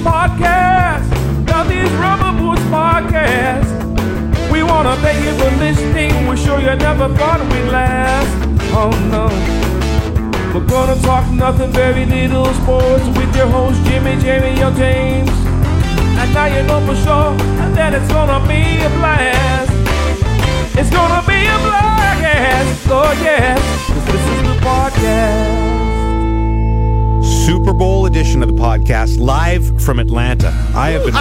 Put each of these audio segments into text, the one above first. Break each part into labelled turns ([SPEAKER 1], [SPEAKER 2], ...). [SPEAKER 1] Podcast. Southeast Rubber Boots Podcast. We want to thank you for listening. We're sure you never thought we'd last. Oh no. We're gonna talk nothing, very little sports with your host Jimmy, Jamie, or James. And now you know for sure that it's gonna be a blast. It's gonna be a blast, oh yes. 'Cause This is the podcast.
[SPEAKER 2] Super Bowl edition of the podcast, live from Atlanta. I have been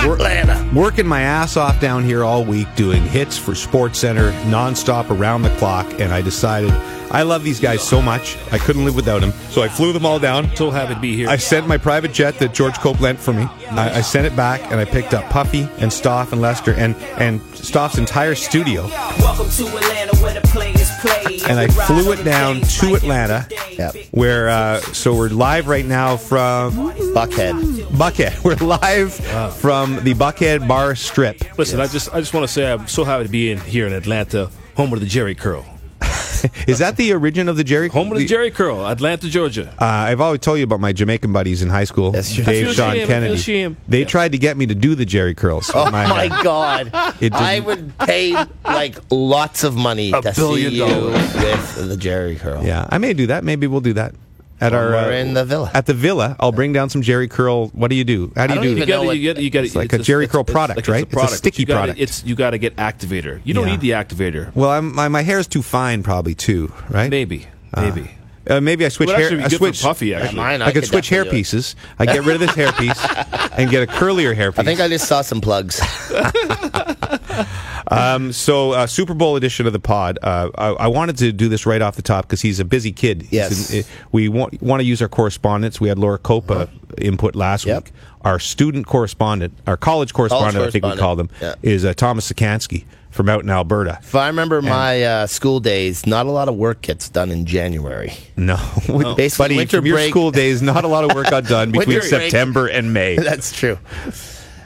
[SPEAKER 2] wor- working my ass off down here all week doing hits for Sports Center nonstop around the clock, and I decided I love these guys so much I couldn't live without them. So I flew them all down.
[SPEAKER 3] So happy to be here.
[SPEAKER 2] I sent my private jet that George Cope lent for me. I, I sent it back, and I picked up Puffy and Stoff and Lester and and Stoff's entire studio,
[SPEAKER 4] Welcome to Atlanta where the players play.
[SPEAKER 2] and I flew it down to Atlanta.
[SPEAKER 5] Yep.
[SPEAKER 2] Where uh, so we're live right now from
[SPEAKER 5] Buckhead.
[SPEAKER 2] Buckhead. We're live from the Buckhead Bar Strip.
[SPEAKER 3] Listen, I just I just want to say I'm so happy to be in here in Atlanta, home of the Jerry Curl,
[SPEAKER 2] Is that the origin of the Jerry?
[SPEAKER 3] home of the Jerry Curl, Atlanta, Georgia.
[SPEAKER 2] Uh, I've always told you about my Jamaican buddies in high school.
[SPEAKER 5] That's true.
[SPEAKER 2] Dave,
[SPEAKER 3] I feel
[SPEAKER 2] Sean,
[SPEAKER 3] shame, I feel
[SPEAKER 2] Kennedy.
[SPEAKER 3] shame.
[SPEAKER 2] They tried to get me to do the Jerry curls.
[SPEAKER 5] Oh my God!
[SPEAKER 2] It
[SPEAKER 5] I
[SPEAKER 2] didn't-
[SPEAKER 5] would pay like lots of money to
[SPEAKER 3] billion
[SPEAKER 5] see you
[SPEAKER 3] dollars.
[SPEAKER 5] with the Jerry curl.
[SPEAKER 2] Yeah, I may do that. Maybe we'll do that at our. uh,
[SPEAKER 5] we're in the villa.
[SPEAKER 2] At the villa, I'll bring down some Jerry curl. What do you do? How do
[SPEAKER 5] I
[SPEAKER 2] you
[SPEAKER 5] don't
[SPEAKER 2] do?
[SPEAKER 5] even
[SPEAKER 2] it?
[SPEAKER 5] know
[SPEAKER 3] gotta-
[SPEAKER 5] what-
[SPEAKER 3] you gotta- you gotta-
[SPEAKER 2] It's like a Jerry curl product,
[SPEAKER 3] like
[SPEAKER 2] right? It's a sticky
[SPEAKER 3] You gotta-
[SPEAKER 2] product.
[SPEAKER 3] It's you got to get activator. You don't
[SPEAKER 2] Yeah.
[SPEAKER 3] need the activator.
[SPEAKER 2] Well, I'm, my my hair's too fine, probably too. Right?
[SPEAKER 3] Maybe, maybe.
[SPEAKER 2] Uh, maybe I switch
[SPEAKER 3] Would
[SPEAKER 2] hair.
[SPEAKER 3] actually be
[SPEAKER 2] I
[SPEAKER 3] good for
[SPEAKER 2] switch
[SPEAKER 3] Puffy, actually.
[SPEAKER 5] Mine,
[SPEAKER 2] I, could, switch hair
[SPEAKER 5] definitely do it.
[SPEAKER 2] pieces. I get rid of this hair piece and get a curlier hair piece.
[SPEAKER 5] I think I just saw some plugs.
[SPEAKER 2] So, uh, Super Bowl edition of the pod. Uh, I, I wanted to do this right off the top because he's a busy kid. He's
[SPEAKER 5] Yes. Uh-huh.
[SPEAKER 2] an- eh, we want, want to use our correspondence. We had Laura Copa input last
[SPEAKER 5] Yep.
[SPEAKER 2] week. Our student correspondent, our college correspondent, I think we
[SPEAKER 5] correspondent.
[SPEAKER 2] call them,
[SPEAKER 5] Yeah.
[SPEAKER 2] is uh, Thomas Sikansky from out in Alberta.
[SPEAKER 5] if I remember my uh, school days, not a lot of work gets done in January.
[SPEAKER 2] No,
[SPEAKER 5] Oh. Basically,
[SPEAKER 2] buddy,
[SPEAKER 5] winter
[SPEAKER 2] from your
[SPEAKER 5] break-
[SPEAKER 2] school days, not a lot of work got done between
[SPEAKER 5] Winter break.
[SPEAKER 2] September and May.
[SPEAKER 5] That's true.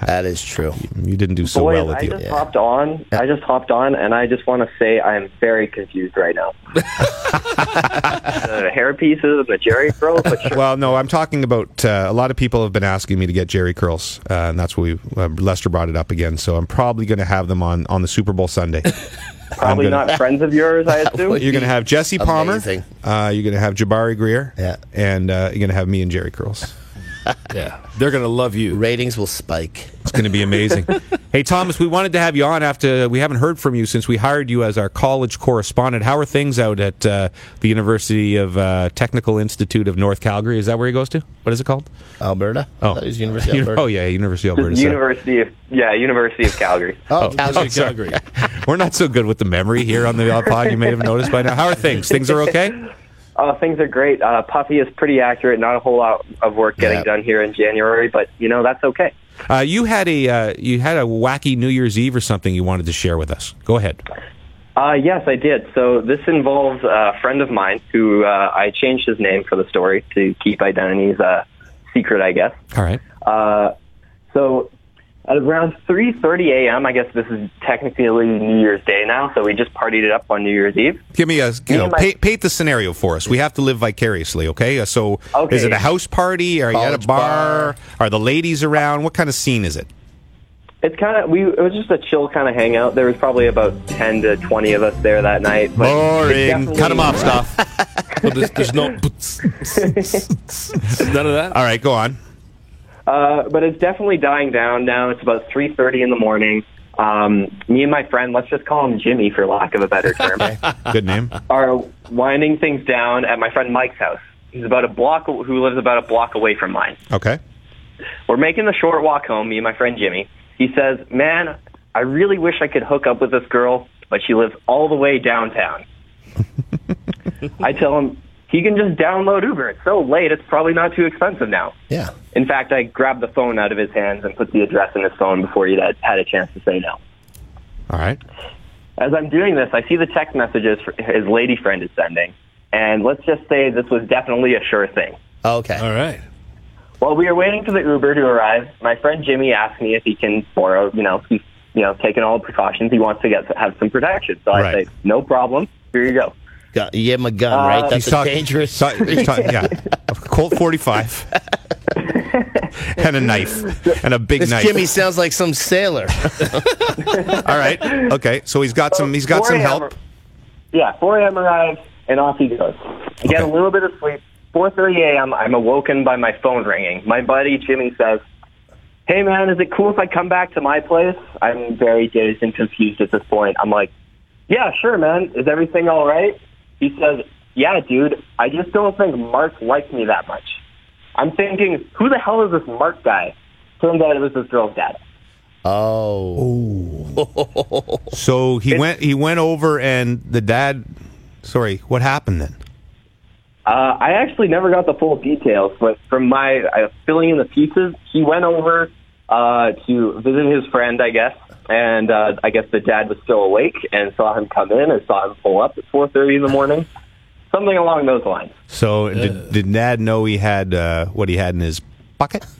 [SPEAKER 5] That is true.
[SPEAKER 2] You didn't do so
[SPEAKER 6] Boys,
[SPEAKER 2] well at
[SPEAKER 6] I
[SPEAKER 2] the.
[SPEAKER 6] just hopped on. I just hopped on, and I just want to say I am very confused right now. the hair pieces and the Jerry curl, but sure.
[SPEAKER 2] Well, no, I'm talking about uh, a lot of people have been asking me to get Jerry curls, uh, and that's what we uh, Lester brought it up again. So I'm probably going to have them on on the Super Bowl Sunday.
[SPEAKER 6] probably
[SPEAKER 2] gonna-
[SPEAKER 6] not friends of yours, I assume.
[SPEAKER 2] You're going to have Jesse Palmer.
[SPEAKER 5] Amazing.
[SPEAKER 2] Uh, you're going to have Jabari Greer.
[SPEAKER 5] Yeah.
[SPEAKER 2] And uh, you're going to have me and Jerry curls.
[SPEAKER 3] Yeah, they're gonna love you.
[SPEAKER 5] Ratings will spike.
[SPEAKER 2] It's going to be amazing. hey, Thomas, we wanted to have you on after we haven't heard from you since we hired you as our college correspondent. How are things out at uh, the University of uh, Technical Institute of North Calgary? Is that where he goes to? What is it called?
[SPEAKER 5] Alberta. that is University
[SPEAKER 2] Uni-
[SPEAKER 5] of Alberta.
[SPEAKER 2] Oh, yeah, University of Alberta.
[SPEAKER 6] Just
[SPEAKER 2] sorry.
[SPEAKER 6] University of yeah, University of Calgary.
[SPEAKER 5] Oh,
[SPEAKER 3] Calgary,
[SPEAKER 5] Calgary.
[SPEAKER 3] Calgary.
[SPEAKER 2] We're not so good with the memory here on the uh, pod. You may have noticed by now. How are things? Things are okay.
[SPEAKER 6] Uh, things are great. Uh, Puffy is pretty accurate. Not a whole lot of work getting
[SPEAKER 5] Yeah.
[SPEAKER 6] done here in January, but you know that's okay.
[SPEAKER 2] Uh, you had a uh, you had a wacky New Year's Eve or something you wanted to share with us. Go ahead.
[SPEAKER 6] Uh, yes, I did. So this involves a friend of mine who uh, I changed his name for the story to keep identities uh, secret, I guess.
[SPEAKER 2] All right.
[SPEAKER 6] Uh, so at around 3:30 a.m., I guess this is technically New Year's Day now, so we just partied it up on New Year's Eve.
[SPEAKER 2] Give me a you know
[SPEAKER 6] my-
[SPEAKER 2] paint, paint the scenario for us. We have to live vicariously. Okay. Uh, So
[SPEAKER 6] Okay.
[SPEAKER 2] is it a house party? Are you at a
[SPEAKER 5] College
[SPEAKER 2] bar? Are the ladies around? What kind of scene is it?
[SPEAKER 6] It's kind of we it was just a chill kind of hangout. There was probably about 10 to 20 of us there that night. but it
[SPEAKER 2] Boring.
[SPEAKER 6] definitely-
[SPEAKER 2] Cut them off, stuff.
[SPEAKER 3] Well, there's, there's no none of that.
[SPEAKER 2] All right. Go on.
[SPEAKER 6] Uh, but it's definitely dying down now. It's about 3:30 in the morning. Um, me and my friend, let's just call him Jimmy for lack of a better term.
[SPEAKER 2] Good name.
[SPEAKER 6] are winding things down at my friend Mike's house. He's about a block, who lives about a block away from mine.
[SPEAKER 2] Okay.
[SPEAKER 6] We're making the short walk home, me and my friend Jimmy. He says, Man, I really wish I could hook up with this girl, but she lives all the way downtown. I tell him, he can just download Uber. It's so late, it's probably not too expensive now.
[SPEAKER 5] Yeah.
[SPEAKER 6] In fact, I grabbed the phone out of his hands and put the address in his phone before he had, had a chance to say no.
[SPEAKER 2] All right.
[SPEAKER 6] As I'm doing this, I see the text messages for- his lady friend is sending. And let's just say this was definitely a sure thing.
[SPEAKER 5] Oh, Okay.
[SPEAKER 3] All right.
[SPEAKER 6] While we were waiting for the Uber to arrive, my friend Jimmy asked me if he can borrow, you know, he's, you know, taking all the precautions. He wants to get have some protection. So I
[SPEAKER 2] Right.
[SPEAKER 6] say, no problem. Here you go.
[SPEAKER 5] Got- You give him a gun,
[SPEAKER 6] Uh,
[SPEAKER 5] right? That's
[SPEAKER 2] He's
[SPEAKER 5] a
[SPEAKER 2] talking-
[SPEAKER 5] dangerous.
[SPEAKER 2] he's talking- yeah. Colt forty five. and a knife and a big
[SPEAKER 5] This
[SPEAKER 2] knife.
[SPEAKER 5] Jimmy sounds like some sailor.
[SPEAKER 2] All right. Okay. So he's got some. He's got
[SPEAKER 6] 4
[SPEAKER 2] some
[SPEAKER 6] a.m.
[SPEAKER 2] help.
[SPEAKER 6] Yeah, 4 a.m. arrives, and off he goes. I get a little bit of sleep. 4.30 a.m., I'm awoken by my phone ringing. My buddy Jimmy says, hey, man, is it cool if I come back to my place? I'm very dazed and confused at this point. I'm like, yeah, sure, man. Is everything all right? He says, yeah, dude, I just don't think Mark liked me that much. I'm thinking, who the hell is this Mark guy? Turns out it was this girl's dad.
[SPEAKER 5] Oh,
[SPEAKER 2] So he went. He went over, and the dad. Sorry. What happened then?
[SPEAKER 6] Uh, I actually never got the full details, but from my uh, filling in the pieces, he went over uh, to visit his friend, I guess, and uh, I guess the dad was still awake and saw him come in and saw him pull up at 4.30 in the morning, something along those lines.
[SPEAKER 2] So
[SPEAKER 5] Uh.
[SPEAKER 2] did, did dad know he had uh, what he had in his bucket?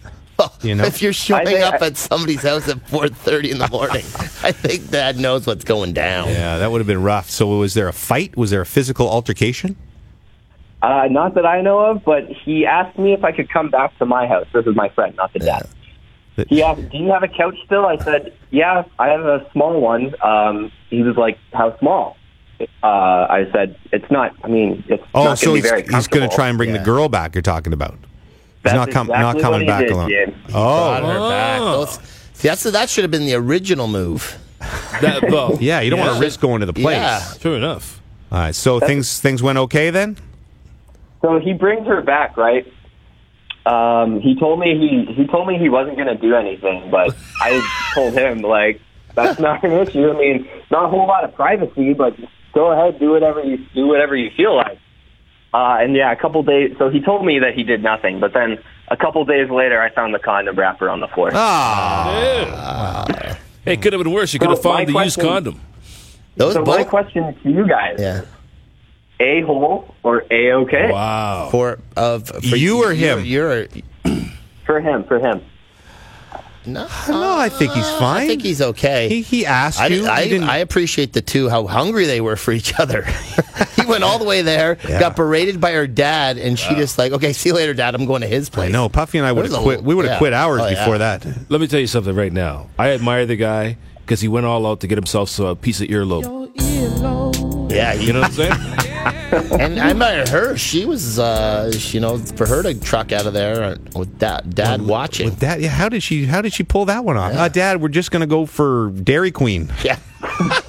[SPEAKER 2] You know.
[SPEAKER 5] if you're showing
[SPEAKER 6] think
[SPEAKER 5] up
[SPEAKER 6] I-
[SPEAKER 5] at somebody's house at 4:30 in the morning, I think Dad knows what's going down.
[SPEAKER 2] Yeah, that would have been rough. So was there a fight? Was there a physical altercation?
[SPEAKER 6] Uh, not that I know of, but he asked me if I could come back to my house. This is my friend, not the dad. He asked, "Do you have a couch still?" I said, "Yeah, I have a small one." Um, he was like, "How small?" Uh, I said, "It's not. I mean, it's
[SPEAKER 2] Oh,
[SPEAKER 6] not
[SPEAKER 2] so
[SPEAKER 6] going
[SPEAKER 2] he's,
[SPEAKER 6] to be very
[SPEAKER 2] he's going to try and bring
[SPEAKER 5] Yeah.
[SPEAKER 2] the girl back. You're talking about. He's
[SPEAKER 6] That's
[SPEAKER 2] not com- not
[SPEAKER 6] exactly what
[SPEAKER 2] coming
[SPEAKER 6] he
[SPEAKER 2] back
[SPEAKER 6] did,
[SPEAKER 2] alone.
[SPEAKER 6] Jim.
[SPEAKER 5] Brought
[SPEAKER 2] Oh,
[SPEAKER 5] her back. Those- see, that's that should have been the original move.
[SPEAKER 3] That, well,
[SPEAKER 2] yeah. You don't want to risk going to the place.
[SPEAKER 5] Yeah.
[SPEAKER 3] True enough.
[SPEAKER 2] All right. So things things went okay then.
[SPEAKER 6] So he brings her back, right? Um, he told me he he told me he wasn't going to do anything, but I told him like that's not an issue. I mean, not a whole lot of privacy, but just go ahead, do whatever you do whatever you feel like. Uh, and yeah, a couple days. So he told me that he did nothing, but then a couple days later, I found the condom wrapper on the floor.
[SPEAKER 2] Ah,
[SPEAKER 3] It could have been worse. You could have
[SPEAKER 6] So my
[SPEAKER 3] found the used
[SPEAKER 6] question-
[SPEAKER 3] condom.
[SPEAKER 5] Those
[SPEAKER 6] so my
[SPEAKER 5] both.
[SPEAKER 6] question to you guys:
[SPEAKER 5] yeah.
[SPEAKER 6] a hole or a okay
[SPEAKER 3] Wow.
[SPEAKER 5] For of for
[SPEAKER 2] You or him?
[SPEAKER 5] You're, you're
[SPEAKER 6] for him? For him.
[SPEAKER 5] no.
[SPEAKER 2] no, I think he's fine.
[SPEAKER 5] Uh, I think he's okay.
[SPEAKER 2] He, he asked
[SPEAKER 5] I,
[SPEAKER 2] you.
[SPEAKER 5] I,
[SPEAKER 2] He didn't-
[SPEAKER 5] I appreciate the two how hungry they were for each other. he went all the way there,
[SPEAKER 2] Yeah. Uh.
[SPEAKER 5] got berated by her dad, and she just like, okay, see you later, dad. I'm going to his place.
[SPEAKER 2] I know Puffy and I would
[SPEAKER 5] There's
[SPEAKER 2] have
[SPEAKER 5] a-
[SPEAKER 2] quit. We would have
[SPEAKER 5] yeah.
[SPEAKER 2] quit hours
[SPEAKER 5] Oh, yeah.
[SPEAKER 2] before that.
[SPEAKER 3] Let me tell you something right now. I admire the guy because he went all out to get himself a piece of earlobe.
[SPEAKER 5] Yeah, he-
[SPEAKER 3] You know what I'm saying?
[SPEAKER 5] and I admire her. She was, uh, she- you know, for her to truck out of there uh, with that dad watching.
[SPEAKER 2] With that, yeah. How did she? How did she pull that one off? Uh, Dad, we're just gonna go for Dairy Queen.
[SPEAKER 5] yeah,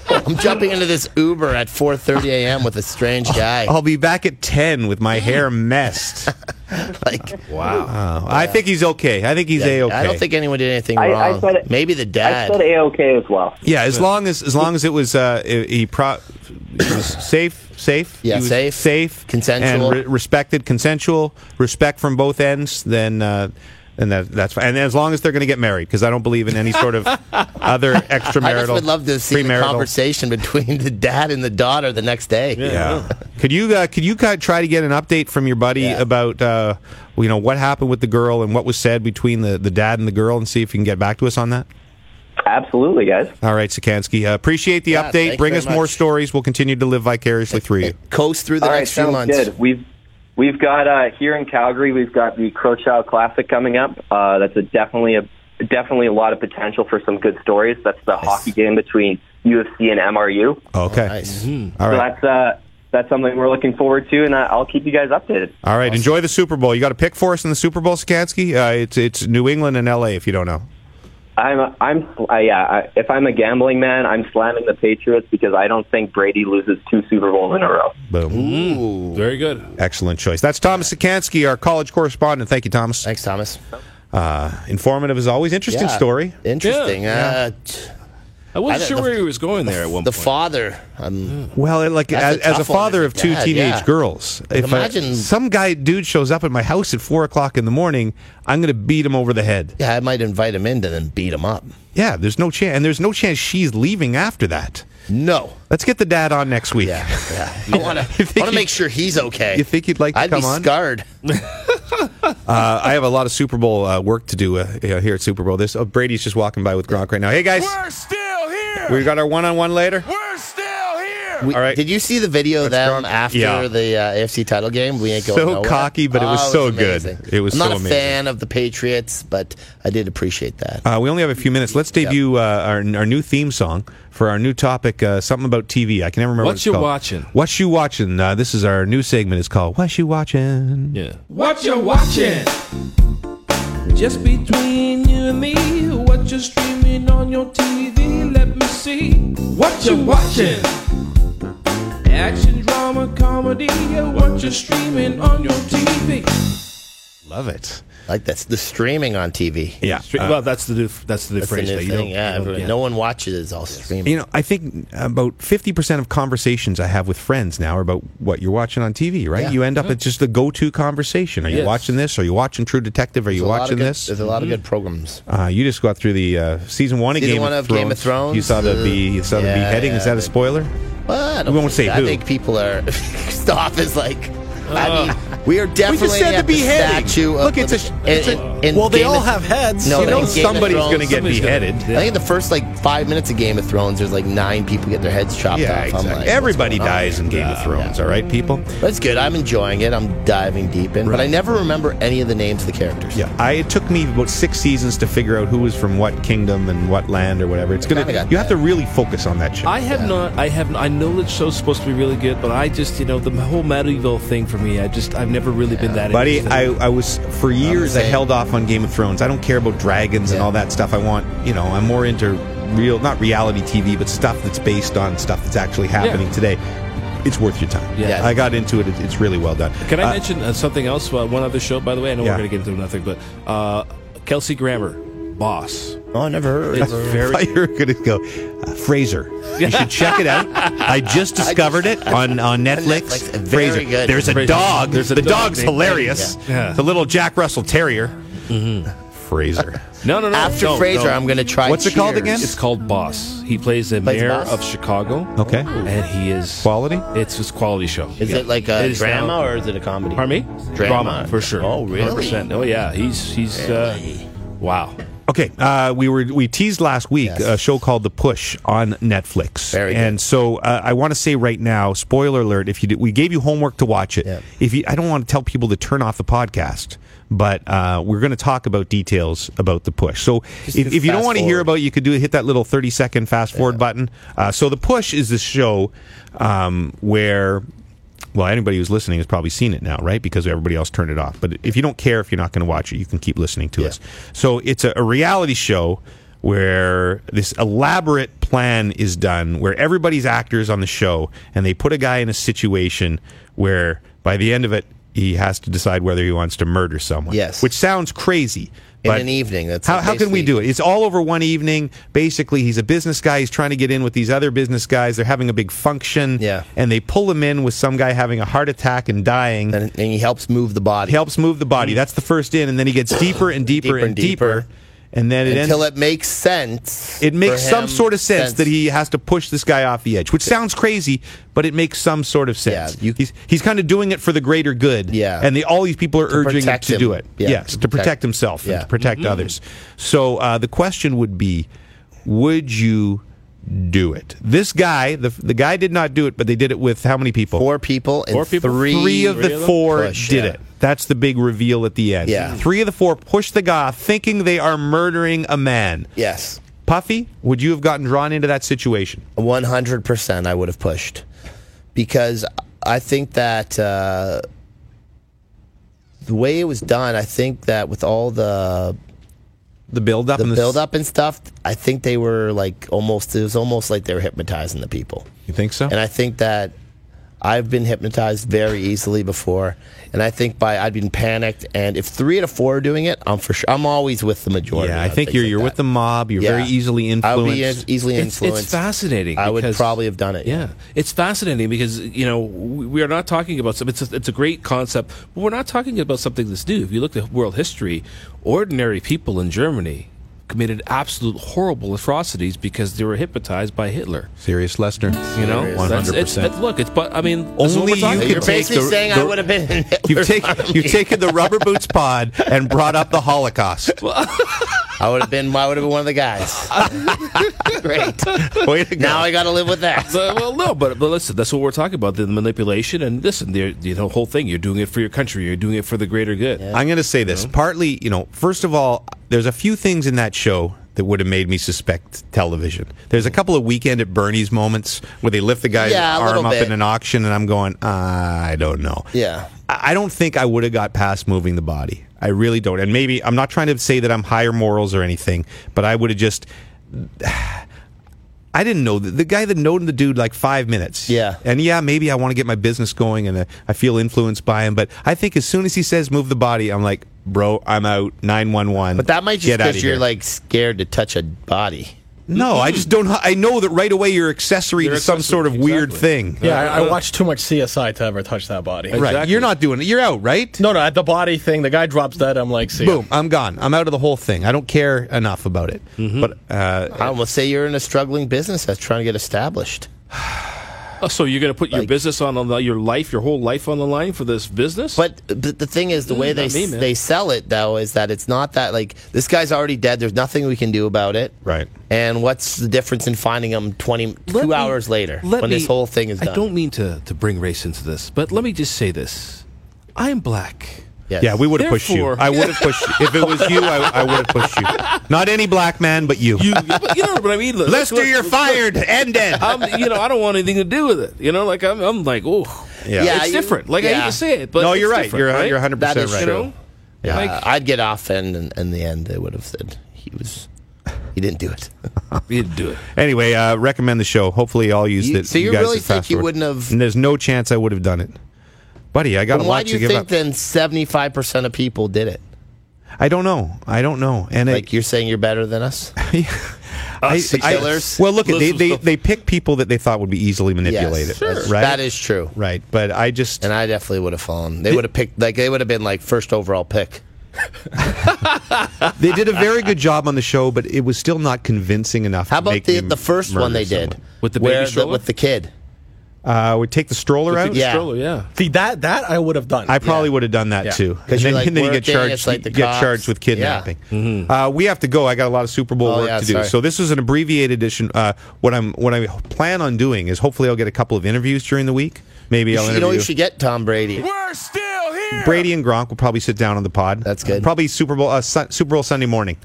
[SPEAKER 5] I'm jumping into this Uber at 4:30 a.m. with a strange guy.
[SPEAKER 2] I'll be back at ten with my hair messed.
[SPEAKER 5] like,
[SPEAKER 3] Wow.
[SPEAKER 2] Oh, I think he's okay. I think he's a okay.
[SPEAKER 5] I don't think anyone did anything
[SPEAKER 6] I-
[SPEAKER 5] wrong.
[SPEAKER 6] I said it-
[SPEAKER 5] Maybe the
[SPEAKER 6] I
[SPEAKER 5] dad.
[SPEAKER 6] said a okay as well.
[SPEAKER 2] Yeah, as long as as long as it was uh, i- he pro he was safe, safe.
[SPEAKER 5] Yeah,
[SPEAKER 2] he was
[SPEAKER 5] safe,
[SPEAKER 2] safe,
[SPEAKER 5] consensual.
[SPEAKER 2] and re- respected, consensual, respect from both ends. Then. Uh, and that, that's fine. And as long as they're going to get married, because I don't believe in any sort of other extramarital.
[SPEAKER 5] I just would love to see the
[SPEAKER 2] premarital.
[SPEAKER 5] conversation between the dad and the daughter the next day.
[SPEAKER 2] Yeah. could you uh, could you ki- try to get an update from your buddy
[SPEAKER 5] Yeah.
[SPEAKER 2] about uh, you know what happened with the girl and what was said between the, the dad and the girl, and see if you can get back to us on that?
[SPEAKER 6] Absolutely, guys.
[SPEAKER 2] All right, Sikansky. Uh, appreciate the
[SPEAKER 5] Yeah, thank
[SPEAKER 2] update.
[SPEAKER 5] you
[SPEAKER 2] Bring
[SPEAKER 5] very
[SPEAKER 2] us more
[SPEAKER 5] much.
[SPEAKER 2] stories. We'll continue to live vicariously through you.
[SPEAKER 5] Coast through the
[SPEAKER 6] All right,
[SPEAKER 5] next few
[SPEAKER 6] sounds
[SPEAKER 5] months.
[SPEAKER 6] Good. We've we've got uh, here in Calgary. We've got the Crochow Classic coming up. Uh, that's a definitely a definitely a lot of potential for some good stories. That's the hockey game between UFC and MRU.
[SPEAKER 2] Okay.
[SPEAKER 5] Oh, Nice.
[SPEAKER 2] All
[SPEAKER 6] So
[SPEAKER 2] right.
[SPEAKER 6] that's uh, that's something we're looking forward to, and I- I'll keep you guys updated.
[SPEAKER 2] All right. Enjoy the Super Bowl. You got a pick for us in the Super Bowl, Sikansky? Uh, it's it's New England and L.A. If you don't know.
[SPEAKER 6] I'm I'm uh, yeah. I, if I'm a gambling man, I'm slamming the Patriots because I don't think Brady loses two Super Bowls in a row.
[SPEAKER 2] Boom.
[SPEAKER 5] Mm.
[SPEAKER 3] Very good.
[SPEAKER 2] Excellent choice. That's Thomas Sikansky, our college correspondent. Thank you, Thomas.
[SPEAKER 5] Thanks, Thomas.
[SPEAKER 2] Uh, informative as always. Interesting
[SPEAKER 5] Yeah.
[SPEAKER 2] story.
[SPEAKER 5] Interesting. Uh, t-
[SPEAKER 3] I wasn't
[SPEAKER 5] I-
[SPEAKER 3] sure
[SPEAKER 5] the-
[SPEAKER 3] where he was going there at one
[SPEAKER 5] the
[SPEAKER 3] point.
[SPEAKER 5] father. Um,
[SPEAKER 2] Well, it, like as,
[SPEAKER 5] That's a
[SPEAKER 2] as a
[SPEAKER 5] tough one
[SPEAKER 2] father
[SPEAKER 5] as a
[SPEAKER 2] of two
[SPEAKER 5] dad,
[SPEAKER 2] teenage
[SPEAKER 5] yeah.
[SPEAKER 2] girls, if I-
[SPEAKER 5] imagine-
[SPEAKER 2] some guy dude shows up at my house at four o'clock in the morning, I'm going to beat him over the head.
[SPEAKER 5] yeah, I might invite him in to then beat him up.
[SPEAKER 2] Yeah, there's no chance, and there's no chance she's leaving after that.
[SPEAKER 5] No.
[SPEAKER 2] Let's get the dad on next week.
[SPEAKER 5] Yeah, yeah. I want to.
[SPEAKER 2] think
[SPEAKER 5] want
[SPEAKER 2] you-
[SPEAKER 5] to make sure he's okay.
[SPEAKER 2] you think you'd like to
[SPEAKER 5] I'd
[SPEAKER 2] come
[SPEAKER 5] be
[SPEAKER 2] on?
[SPEAKER 5] scarred.
[SPEAKER 2] Uh, I have a lot of Super Bowl uh, work to do uh, you know, here at Super Bowl. This oh, Brady's just walking by with Gronk right now. Hey guys,
[SPEAKER 1] We're still here.
[SPEAKER 2] we got our one on one later.
[SPEAKER 1] We're still here.
[SPEAKER 5] We,
[SPEAKER 2] All right.
[SPEAKER 5] Did you see the video of them
[SPEAKER 2] drunk.
[SPEAKER 5] after
[SPEAKER 2] Yeah.
[SPEAKER 5] the uh, AFC title game? We ain't going
[SPEAKER 2] So
[SPEAKER 5] nowhere.
[SPEAKER 2] cocky, but it was so
[SPEAKER 5] Oh,
[SPEAKER 2] good.
[SPEAKER 5] amazing.
[SPEAKER 2] It was
[SPEAKER 5] I'm
[SPEAKER 2] so
[SPEAKER 5] not a
[SPEAKER 2] amazing.
[SPEAKER 5] fan of the Patriots, but I did appreciate that.
[SPEAKER 2] Uh, we only have a few minutes. Let's debut uh, our, our new theme song for our new topic, uh, something about TV. I can never remember
[SPEAKER 3] What
[SPEAKER 2] it's
[SPEAKER 3] You
[SPEAKER 2] called.
[SPEAKER 3] Watching?
[SPEAKER 2] What you watching? Uh, this is our new segment. It's called What you watching?
[SPEAKER 3] Yeah.
[SPEAKER 1] What you watching? Just between you and me, what you streaming on your TV? Let me see. What you watching? Action, drama, comedy, what you streaming on your TV?
[SPEAKER 2] Love it.
[SPEAKER 5] Like that's the streaming on TV.
[SPEAKER 2] Yeah.
[SPEAKER 3] Stre-
[SPEAKER 2] Uh,
[SPEAKER 3] well, that's the new, that's the new
[SPEAKER 5] That's the
[SPEAKER 3] phrase.
[SPEAKER 5] new
[SPEAKER 3] that you
[SPEAKER 5] thing.
[SPEAKER 3] don't-
[SPEAKER 5] yeah,
[SPEAKER 3] you don't-
[SPEAKER 5] everyone-
[SPEAKER 3] yeah.
[SPEAKER 5] no one watches. It's all streaming.
[SPEAKER 2] you know, I think about 50% of conversations I have with friends now are about what you're watching on TV, right?
[SPEAKER 5] Yeah.
[SPEAKER 2] You end up at just the go to conversation. Are you
[SPEAKER 3] Yes.
[SPEAKER 2] watching this? Are you watching True Detective? Are you
[SPEAKER 5] There's a lot of
[SPEAKER 2] watching
[SPEAKER 5] good-
[SPEAKER 2] this? Mm-hmm.
[SPEAKER 5] There's a lot of good programs.
[SPEAKER 2] Uh, you just got through the uh, season one, of,
[SPEAKER 5] Season
[SPEAKER 2] Game
[SPEAKER 5] one
[SPEAKER 2] of,
[SPEAKER 5] of
[SPEAKER 2] Thrones.
[SPEAKER 5] Game of Thrones.
[SPEAKER 2] You saw the, be- you saw the
[SPEAKER 5] Yeah,
[SPEAKER 2] beheading. Is
[SPEAKER 5] yeah,
[SPEAKER 2] that a
[SPEAKER 5] but-
[SPEAKER 2] spoiler?
[SPEAKER 5] Well, I don't
[SPEAKER 2] We won't
[SPEAKER 5] think-
[SPEAKER 2] say
[SPEAKER 5] I
[SPEAKER 2] who.
[SPEAKER 5] think people are. Stop is like. I mean, we are definitely
[SPEAKER 2] said
[SPEAKER 5] at
[SPEAKER 2] the beheading.
[SPEAKER 5] statue of
[SPEAKER 2] Look,
[SPEAKER 5] the-
[SPEAKER 2] it's a sh-
[SPEAKER 5] in-
[SPEAKER 2] it's a-
[SPEAKER 5] in- in
[SPEAKER 7] Well, they
[SPEAKER 5] Game
[SPEAKER 7] all
[SPEAKER 5] of-
[SPEAKER 7] have heads.
[SPEAKER 5] No,
[SPEAKER 7] so
[SPEAKER 2] You
[SPEAKER 5] but
[SPEAKER 2] know
[SPEAKER 5] in Game of
[SPEAKER 2] somebody's going to
[SPEAKER 5] Thrones-
[SPEAKER 2] get
[SPEAKER 3] Somebody's gonna-
[SPEAKER 2] beheaded.
[SPEAKER 5] I think the first like five minutes of Game of Thrones, there's like nine people get their heads chopped
[SPEAKER 2] Yeah,
[SPEAKER 5] off. I'm
[SPEAKER 2] exactly.
[SPEAKER 5] like, what's
[SPEAKER 2] Everybody
[SPEAKER 5] going on?
[SPEAKER 2] dies in Game of Thrones, all right, people?
[SPEAKER 5] But it's good. I'm enjoying it. I'm diving deep in, but I
[SPEAKER 2] Right.
[SPEAKER 5] never remember any of the names of the characters.
[SPEAKER 2] Yeah, I, it took me about six seasons to figure out who was from what kingdom and what land or whatever. It's gonna
[SPEAKER 5] Kinda got
[SPEAKER 2] you have
[SPEAKER 5] that.
[SPEAKER 2] to really focus on that show.
[SPEAKER 3] I have not. I have. I know the show's supposed to be really good, but I just, you know, the whole Medieval thing for me, I just, I've never really been that.
[SPEAKER 2] Buddy,
[SPEAKER 3] interested.
[SPEAKER 2] I, I was for years I
[SPEAKER 5] same.
[SPEAKER 2] held off on Game of Thrones. I don't care about dragons and
[SPEAKER 5] Yeah.
[SPEAKER 2] all that stuff. I want you know I'm more into real, not reality TV, but stuff that's based on stuff that's actually happening today. It's worth your time.
[SPEAKER 3] Yeah.
[SPEAKER 2] I got into it. It- It's really well done.
[SPEAKER 3] Can I
[SPEAKER 2] Uh,
[SPEAKER 3] mention uh, something else? Uh, one other show, by the way. I know
[SPEAKER 2] Yeah.
[SPEAKER 3] we're going to get into nothing, but uh, Kelsey Grammer, Boss.
[SPEAKER 5] Oh, I never heard.
[SPEAKER 3] It's very.
[SPEAKER 2] I thought you were going to go, uh, Fraser. You should check it out. I just discovered it on, on Netflix.
[SPEAKER 5] Netflix. Very
[SPEAKER 2] Fraser.
[SPEAKER 5] good.
[SPEAKER 2] There's a
[SPEAKER 3] Fraser.
[SPEAKER 2] dog.
[SPEAKER 3] There's a
[SPEAKER 2] the
[SPEAKER 3] dog
[SPEAKER 2] dog's
[SPEAKER 3] named-
[SPEAKER 2] hilarious.
[SPEAKER 3] Yeah. Mm-hmm.
[SPEAKER 2] The little Jack Russell Terrier. Fraser.
[SPEAKER 3] No, no, no.
[SPEAKER 5] After
[SPEAKER 3] no,
[SPEAKER 5] Fraser,
[SPEAKER 3] no.
[SPEAKER 5] I'm going to try.
[SPEAKER 2] What's it called
[SPEAKER 5] Cheers.
[SPEAKER 2] again?
[SPEAKER 3] It's called Boss. He plays the
[SPEAKER 5] Plays
[SPEAKER 3] mayor
[SPEAKER 5] Boss?
[SPEAKER 3] of Chicago.
[SPEAKER 2] Okay.
[SPEAKER 3] And he is
[SPEAKER 2] Quality?
[SPEAKER 3] It's his quality show.
[SPEAKER 5] Is
[SPEAKER 3] Yeah.
[SPEAKER 5] it like a
[SPEAKER 3] It is
[SPEAKER 5] drama
[SPEAKER 3] now-
[SPEAKER 5] or is it a comedy?
[SPEAKER 3] Pardon me?
[SPEAKER 5] Drama.
[SPEAKER 3] for sure.
[SPEAKER 5] Oh, really?
[SPEAKER 3] 100%. Oh, yeah. He's he's. Uh, wow.
[SPEAKER 2] Okay, uh, we were we teased last week
[SPEAKER 5] Yes.
[SPEAKER 2] a show called The Push on Netflix,
[SPEAKER 5] Very good.
[SPEAKER 2] and so uh, I want to say right now, spoiler alert: if you did, we gave you homework to watch it.
[SPEAKER 5] Yep.
[SPEAKER 2] If you, I don't want to tell people to turn off the podcast, but uh, we're going to talk about details about The Push. So if,
[SPEAKER 5] do
[SPEAKER 2] if you don't
[SPEAKER 5] fast
[SPEAKER 2] want to hear
[SPEAKER 5] forward.
[SPEAKER 2] about, it, you could do hit that little thirty second fast forward button. Uh, so The Push is this show um, where. Well, anybody who's listening has probably seen it now, right? Because everybody else turned it off. But if you don't care if you're not going to watch it, you can keep listening to us. So it's a, a reality show where this elaborate plan is done, where everybody's actors on the show, and they put a guy in a situation where by the end of it, he has to decide whether he wants to murder someone.
[SPEAKER 5] Yes.
[SPEAKER 2] Which sounds crazy.
[SPEAKER 5] In
[SPEAKER 2] but
[SPEAKER 5] an evening, that's
[SPEAKER 2] how, how can we
[SPEAKER 5] basically-
[SPEAKER 2] do it? It's all over one evening. Basically, he's a business guy. He's trying to get in with these other business guys. They're having a big function.
[SPEAKER 5] Yeah.
[SPEAKER 2] And they pull him in with some guy having a heart attack and dying.
[SPEAKER 5] And, and he helps move the body
[SPEAKER 2] He helps move the body. That's the first in. And then he gets deeper and deeper,
[SPEAKER 5] Deeper
[SPEAKER 2] and,
[SPEAKER 5] and
[SPEAKER 2] deeper.
[SPEAKER 5] deeper.
[SPEAKER 2] And then it
[SPEAKER 5] until
[SPEAKER 2] ends.
[SPEAKER 5] it makes sense.
[SPEAKER 2] It makes
[SPEAKER 5] for
[SPEAKER 2] some
[SPEAKER 5] him-
[SPEAKER 2] sort of sense, that he has to push this guy off the edge, which sounds crazy, but it makes some sort of sense.
[SPEAKER 5] Yeah, you-
[SPEAKER 2] he's he's kind of doing it for the greater good.
[SPEAKER 5] Yeah.
[SPEAKER 2] And they, all these people are urging him
[SPEAKER 5] protect
[SPEAKER 2] to
[SPEAKER 5] him.
[SPEAKER 2] do it.
[SPEAKER 5] Yeah,
[SPEAKER 2] yes, to
[SPEAKER 5] to
[SPEAKER 2] protect,
[SPEAKER 5] protect-
[SPEAKER 2] himself and
[SPEAKER 5] Yeah. Mm-hmm.
[SPEAKER 2] to protect others. So uh, the question would be would you do it? This guy, the, the guy did not do it, but they did it with how many people?
[SPEAKER 5] Four people and
[SPEAKER 3] Four people.
[SPEAKER 5] three,
[SPEAKER 2] three of the
[SPEAKER 3] of them?
[SPEAKER 2] four
[SPEAKER 5] Push,
[SPEAKER 2] did
[SPEAKER 5] yeah.
[SPEAKER 2] it. That's the big reveal at the end.
[SPEAKER 5] Yeah.
[SPEAKER 2] Three of the four pushed the guy thinking they are murdering a man.
[SPEAKER 5] Yes.
[SPEAKER 2] Puffy, would you have gotten drawn into that situation?
[SPEAKER 5] 100% I would have pushed because I think that uh, the way it was done, I think that with all the
[SPEAKER 2] The build up
[SPEAKER 5] the
[SPEAKER 2] and the
[SPEAKER 5] build up and stuff, I think they were like almost it was almost like they were hypnotizing the people.
[SPEAKER 2] You think so?
[SPEAKER 5] And I think that I've been hypnotized very easily before, and I think by I'd been panicked. And if three out of four are doing it, I'm for sure. I'm always with the majority.
[SPEAKER 2] yeah,
[SPEAKER 5] on
[SPEAKER 2] I think
[SPEAKER 5] things
[SPEAKER 2] you're
[SPEAKER 5] like
[SPEAKER 2] you're
[SPEAKER 5] that.
[SPEAKER 2] with the mob. You're
[SPEAKER 5] Yeah.
[SPEAKER 2] very easily
[SPEAKER 5] I would
[SPEAKER 2] influenced.
[SPEAKER 5] be as- easily
[SPEAKER 3] It's,
[SPEAKER 5] influenced.
[SPEAKER 3] it's fascinating.
[SPEAKER 5] I would
[SPEAKER 3] because-
[SPEAKER 5] probably have done it.
[SPEAKER 3] Yeah, it's fascinating because you know we we are not talking about something. It's a, it's a great concept, but we're not talking about something that's new. If you look at world history, ordinary people in Germany committed absolute horrible atrocities because they were hypnotized by Hitler.
[SPEAKER 2] Serious Lester.
[SPEAKER 3] You know,
[SPEAKER 5] Serious.
[SPEAKER 3] That's- it's-
[SPEAKER 2] 100%.
[SPEAKER 3] that- Look, it's but I mean,
[SPEAKER 2] Only you
[SPEAKER 5] So
[SPEAKER 2] could
[SPEAKER 5] you're basically
[SPEAKER 2] take the-
[SPEAKER 5] saying I
[SPEAKER 2] the-
[SPEAKER 5] would have been. in
[SPEAKER 2] You've
[SPEAKER 5] Hitler's
[SPEAKER 2] taken
[SPEAKER 5] army.
[SPEAKER 2] you've taken the rubber boots pod and brought up the Holocaust.
[SPEAKER 5] I would have been. I would have been one of the guys. Great.
[SPEAKER 2] Way to go.
[SPEAKER 5] now I got to live with that.
[SPEAKER 3] So, Uh, well, no, but but listen, that's what we're talking about—the manipulation and listen, the you know, whole thing. You're doing it for your country. You're doing it for the greater good.
[SPEAKER 2] I'm going to say this. Partly, you know, first of all, there's a few things in that show that would have made me suspect television. There's a couple of weekend at Bernie's moments where they lift the guy's
[SPEAKER 5] Yeah, a
[SPEAKER 2] arm
[SPEAKER 5] little
[SPEAKER 2] up
[SPEAKER 5] bit.
[SPEAKER 2] in an auction, and I'm going, uh, I don't know.
[SPEAKER 5] Yeah.
[SPEAKER 2] I I don't think I would have got past moving the body. I really don't. And maybe I'm not trying to say that I'm higher morals or anything, but I would have just. I didn't know the, the guy that known the dude like five minutes.
[SPEAKER 5] Yeah.
[SPEAKER 2] And yeah, maybe I want to get my business going and uh, I feel influenced by him. But I think as soon as he says move the body, I'm like, bro, I'm out. 911.
[SPEAKER 5] But that might just
[SPEAKER 2] Get outta
[SPEAKER 5] because you're
[SPEAKER 2] here."
[SPEAKER 5] like scared to touch a body.
[SPEAKER 2] No, I just don't. I know that right away you're accessory
[SPEAKER 3] You're
[SPEAKER 2] to some
[SPEAKER 3] accessory,
[SPEAKER 2] sort of weird
[SPEAKER 3] exactly.
[SPEAKER 2] thing.
[SPEAKER 7] Yeah, I, I watched too much CSI to ever touch that body.
[SPEAKER 2] Right.
[SPEAKER 3] Exactly.
[SPEAKER 2] You're not doing it. You're out, right?
[SPEAKER 7] No, no, the body thing. The guy drops dead. I'm like, see, ya.
[SPEAKER 2] Boom. I'm gone. I'm out of the whole thing. I don't care enough about it.
[SPEAKER 3] Mm-hmm.
[SPEAKER 2] But uh,
[SPEAKER 5] I almost say you're in a struggling business that's trying to get established.
[SPEAKER 3] Oh, so you're going to put your
[SPEAKER 5] Like-
[SPEAKER 3] business on the li- your life, your whole life on the line for this business?
[SPEAKER 5] But, but the thing is, the way
[SPEAKER 3] not
[SPEAKER 5] they
[SPEAKER 3] me,
[SPEAKER 5] s-
[SPEAKER 3] man.
[SPEAKER 5] they sell it though is that it's not that like this guy's already dead. There's nothing we can do about it.
[SPEAKER 2] Right.
[SPEAKER 5] And what's the difference in finding him 20
[SPEAKER 3] Let
[SPEAKER 5] two
[SPEAKER 3] me-
[SPEAKER 5] hours later
[SPEAKER 3] let
[SPEAKER 5] when this
[SPEAKER 3] me-
[SPEAKER 5] whole thing is done?
[SPEAKER 3] I don't mean to to bring race into this, but let me just say this: I'm black.
[SPEAKER 5] Yes.
[SPEAKER 2] Yeah, we would have pushed you.
[SPEAKER 3] Therefore-
[SPEAKER 2] I would have pushed you. If it was you, I, I would have pushed you. Not any black man, but you.
[SPEAKER 3] You, but you know what I mean? Look,
[SPEAKER 2] Lester,
[SPEAKER 3] look,
[SPEAKER 2] you're
[SPEAKER 3] look,
[SPEAKER 2] fired. End it.
[SPEAKER 3] I'm, you know, I don't want anything to do with it. You know, like I'm, I'm like, oh,
[SPEAKER 2] Yeah.
[SPEAKER 5] Yeah,
[SPEAKER 3] it's
[SPEAKER 5] you-
[SPEAKER 3] different. Like I hate
[SPEAKER 5] yeah.
[SPEAKER 3] to say it, but
[SPEAKER 2] no,
[SPEAKER 3] it's
[SPEAKER 2] you're right.
[SPEAKER 3] different,
[SPEAKER 2] You're uh,
[SPEAKER 3] right.
[SPEAKER 2] you're 100
[SPEAKER 5] That
[SPEAKER 2] percent
[SPEAKER 5] is
[SPEAKER 2] right.
[SPEAKER 3] You know,
[SPEAKER 5] Yeah,
[SPEAKER 3] Like-
[SPEAKER 5] I'd get off, and in, in the end, they would have said he was he didn't do it.
[SPEAKER 3] you didn't do it.
[SPEAKER 2] Anyway, uh, recommend the show. Hopefully, I'll use
[SPEAKER 5] You-
[SPEAKER 2] that.
[SPEAKER 5] so you
[SPEAKER 2] guys
[SPEAKER 5] really
[SPEAKER 2] have fast
[SPEAKER 5] think you
[SPEAKER 2] forward.
[SPEAKER 5] wouldn't have-
[SPEAKER 2] And there's no chance I would have done it, buddy. I got a
[SPEAKER 5] Why
[SPEAKER 2] lot to
[SPEAKER 5] do you
[SPEAKER 2] give
[SPEAKER 5] think
[SPEAKER 2] up.
[SPEAKER 5] then seventy five percent of people did it?
[SPEAKER 2] I don't know. I don't know. And
[SPEAKER 5] Like
[SPEAKER 2] it,
[SPEAKER 5] you're saying you're better than us?
[SPEAKER 2] I,
[SPEAKER 5] Us killers.
[SPEAKER 2] well, look, they
[SPEAKER 3] Listen,
[SPEAKER 2] they
[SPEAKER 3] stuff.
[SPEAKER 2] they pick people that they thought would be easily manipulated.
[SPEAKER 5] Yes, that's-
[SPEAKER 2] Right.
[SPEAKER 5] That is true.
[SPEAKER 2] right. But I just
[SPEAKER 5] And I definitely would have fallen. They would have picked like they would have been like first overall pick.
[SPEAKER 2] they did a very good job on the show, but it was still not convincing enough.
[SPEAKER 5] How
[SPEAKER 2] to
[SPEAKER 5] about
[SPEAKER 2] make
[SPEAKER 5] the
[SPEAKER 2] me
[SPEAKER 5] the first
[SPEAKER 2] murder
[SPEAKER 5] one they did
[SPEAKER 2] someone.
[SPEAKER 3] With the baby
[SPEAKER 5] Where
[SPEAKER 3] stroller?
[SPEAKER 5] with the kid?
[SPEAKER 2] Uh, we take the stroller out.
[SPEAKER 5] Yeah.
[SPEAKER 3] Stroller, yeah.
[SPEAKER 7] see that that I would have done.
[SPEAKER 2] I probably would have done that
[SPEAKER 7] Yeah.
[SPEAKER 2] too.
[SPEAKER 5] 'Cause
[SPEAKER 2] And
[SPEAKER 5] you're,
[SPEAKER 2] then,
[SPEAKER 5] like,
[SPEAKER 2] and then you get
[SPEAKER 5] working,
[SPEAKER 2] charged.
[SPEAKER 5] it's like
[SPEAKER 2] you
[SPEAKER 5] the
[SPEAKER 2] get
[SPEAKER 5] cops.
[SPEAKER 2] charged with kidnapping. Uh, we have to go. I got a lot of Super Bowl
[SPEAKER 5] Oh,
[SPEAKER 2] work
[SPEAKER 5] yeah,
[SPEAKER 2] to do.
[SPEAKER 5] sorry.
[SPEAKER 2] So this is an abbreviated edition. Uh, what I'm what I plan on doing is hopefully I'll get a couple of interviews during the week. Maybe
[SPEAKER 5] You,
[SPEAKER 2] I'll
[SPEAKER 5] should, you
[SPEAKER 2] interview
[SPEAKER 5] know you should get Tom Brady.
[SPEAKER 1] We're still here.
[SPEAKER 2] Brady and Gronk. will probably sit down on the pod.
[SPEAKER 5] That's good.
[SPEAKER 2] Probably Super Bowl uh, Sun- Super Bowl Sunday morning.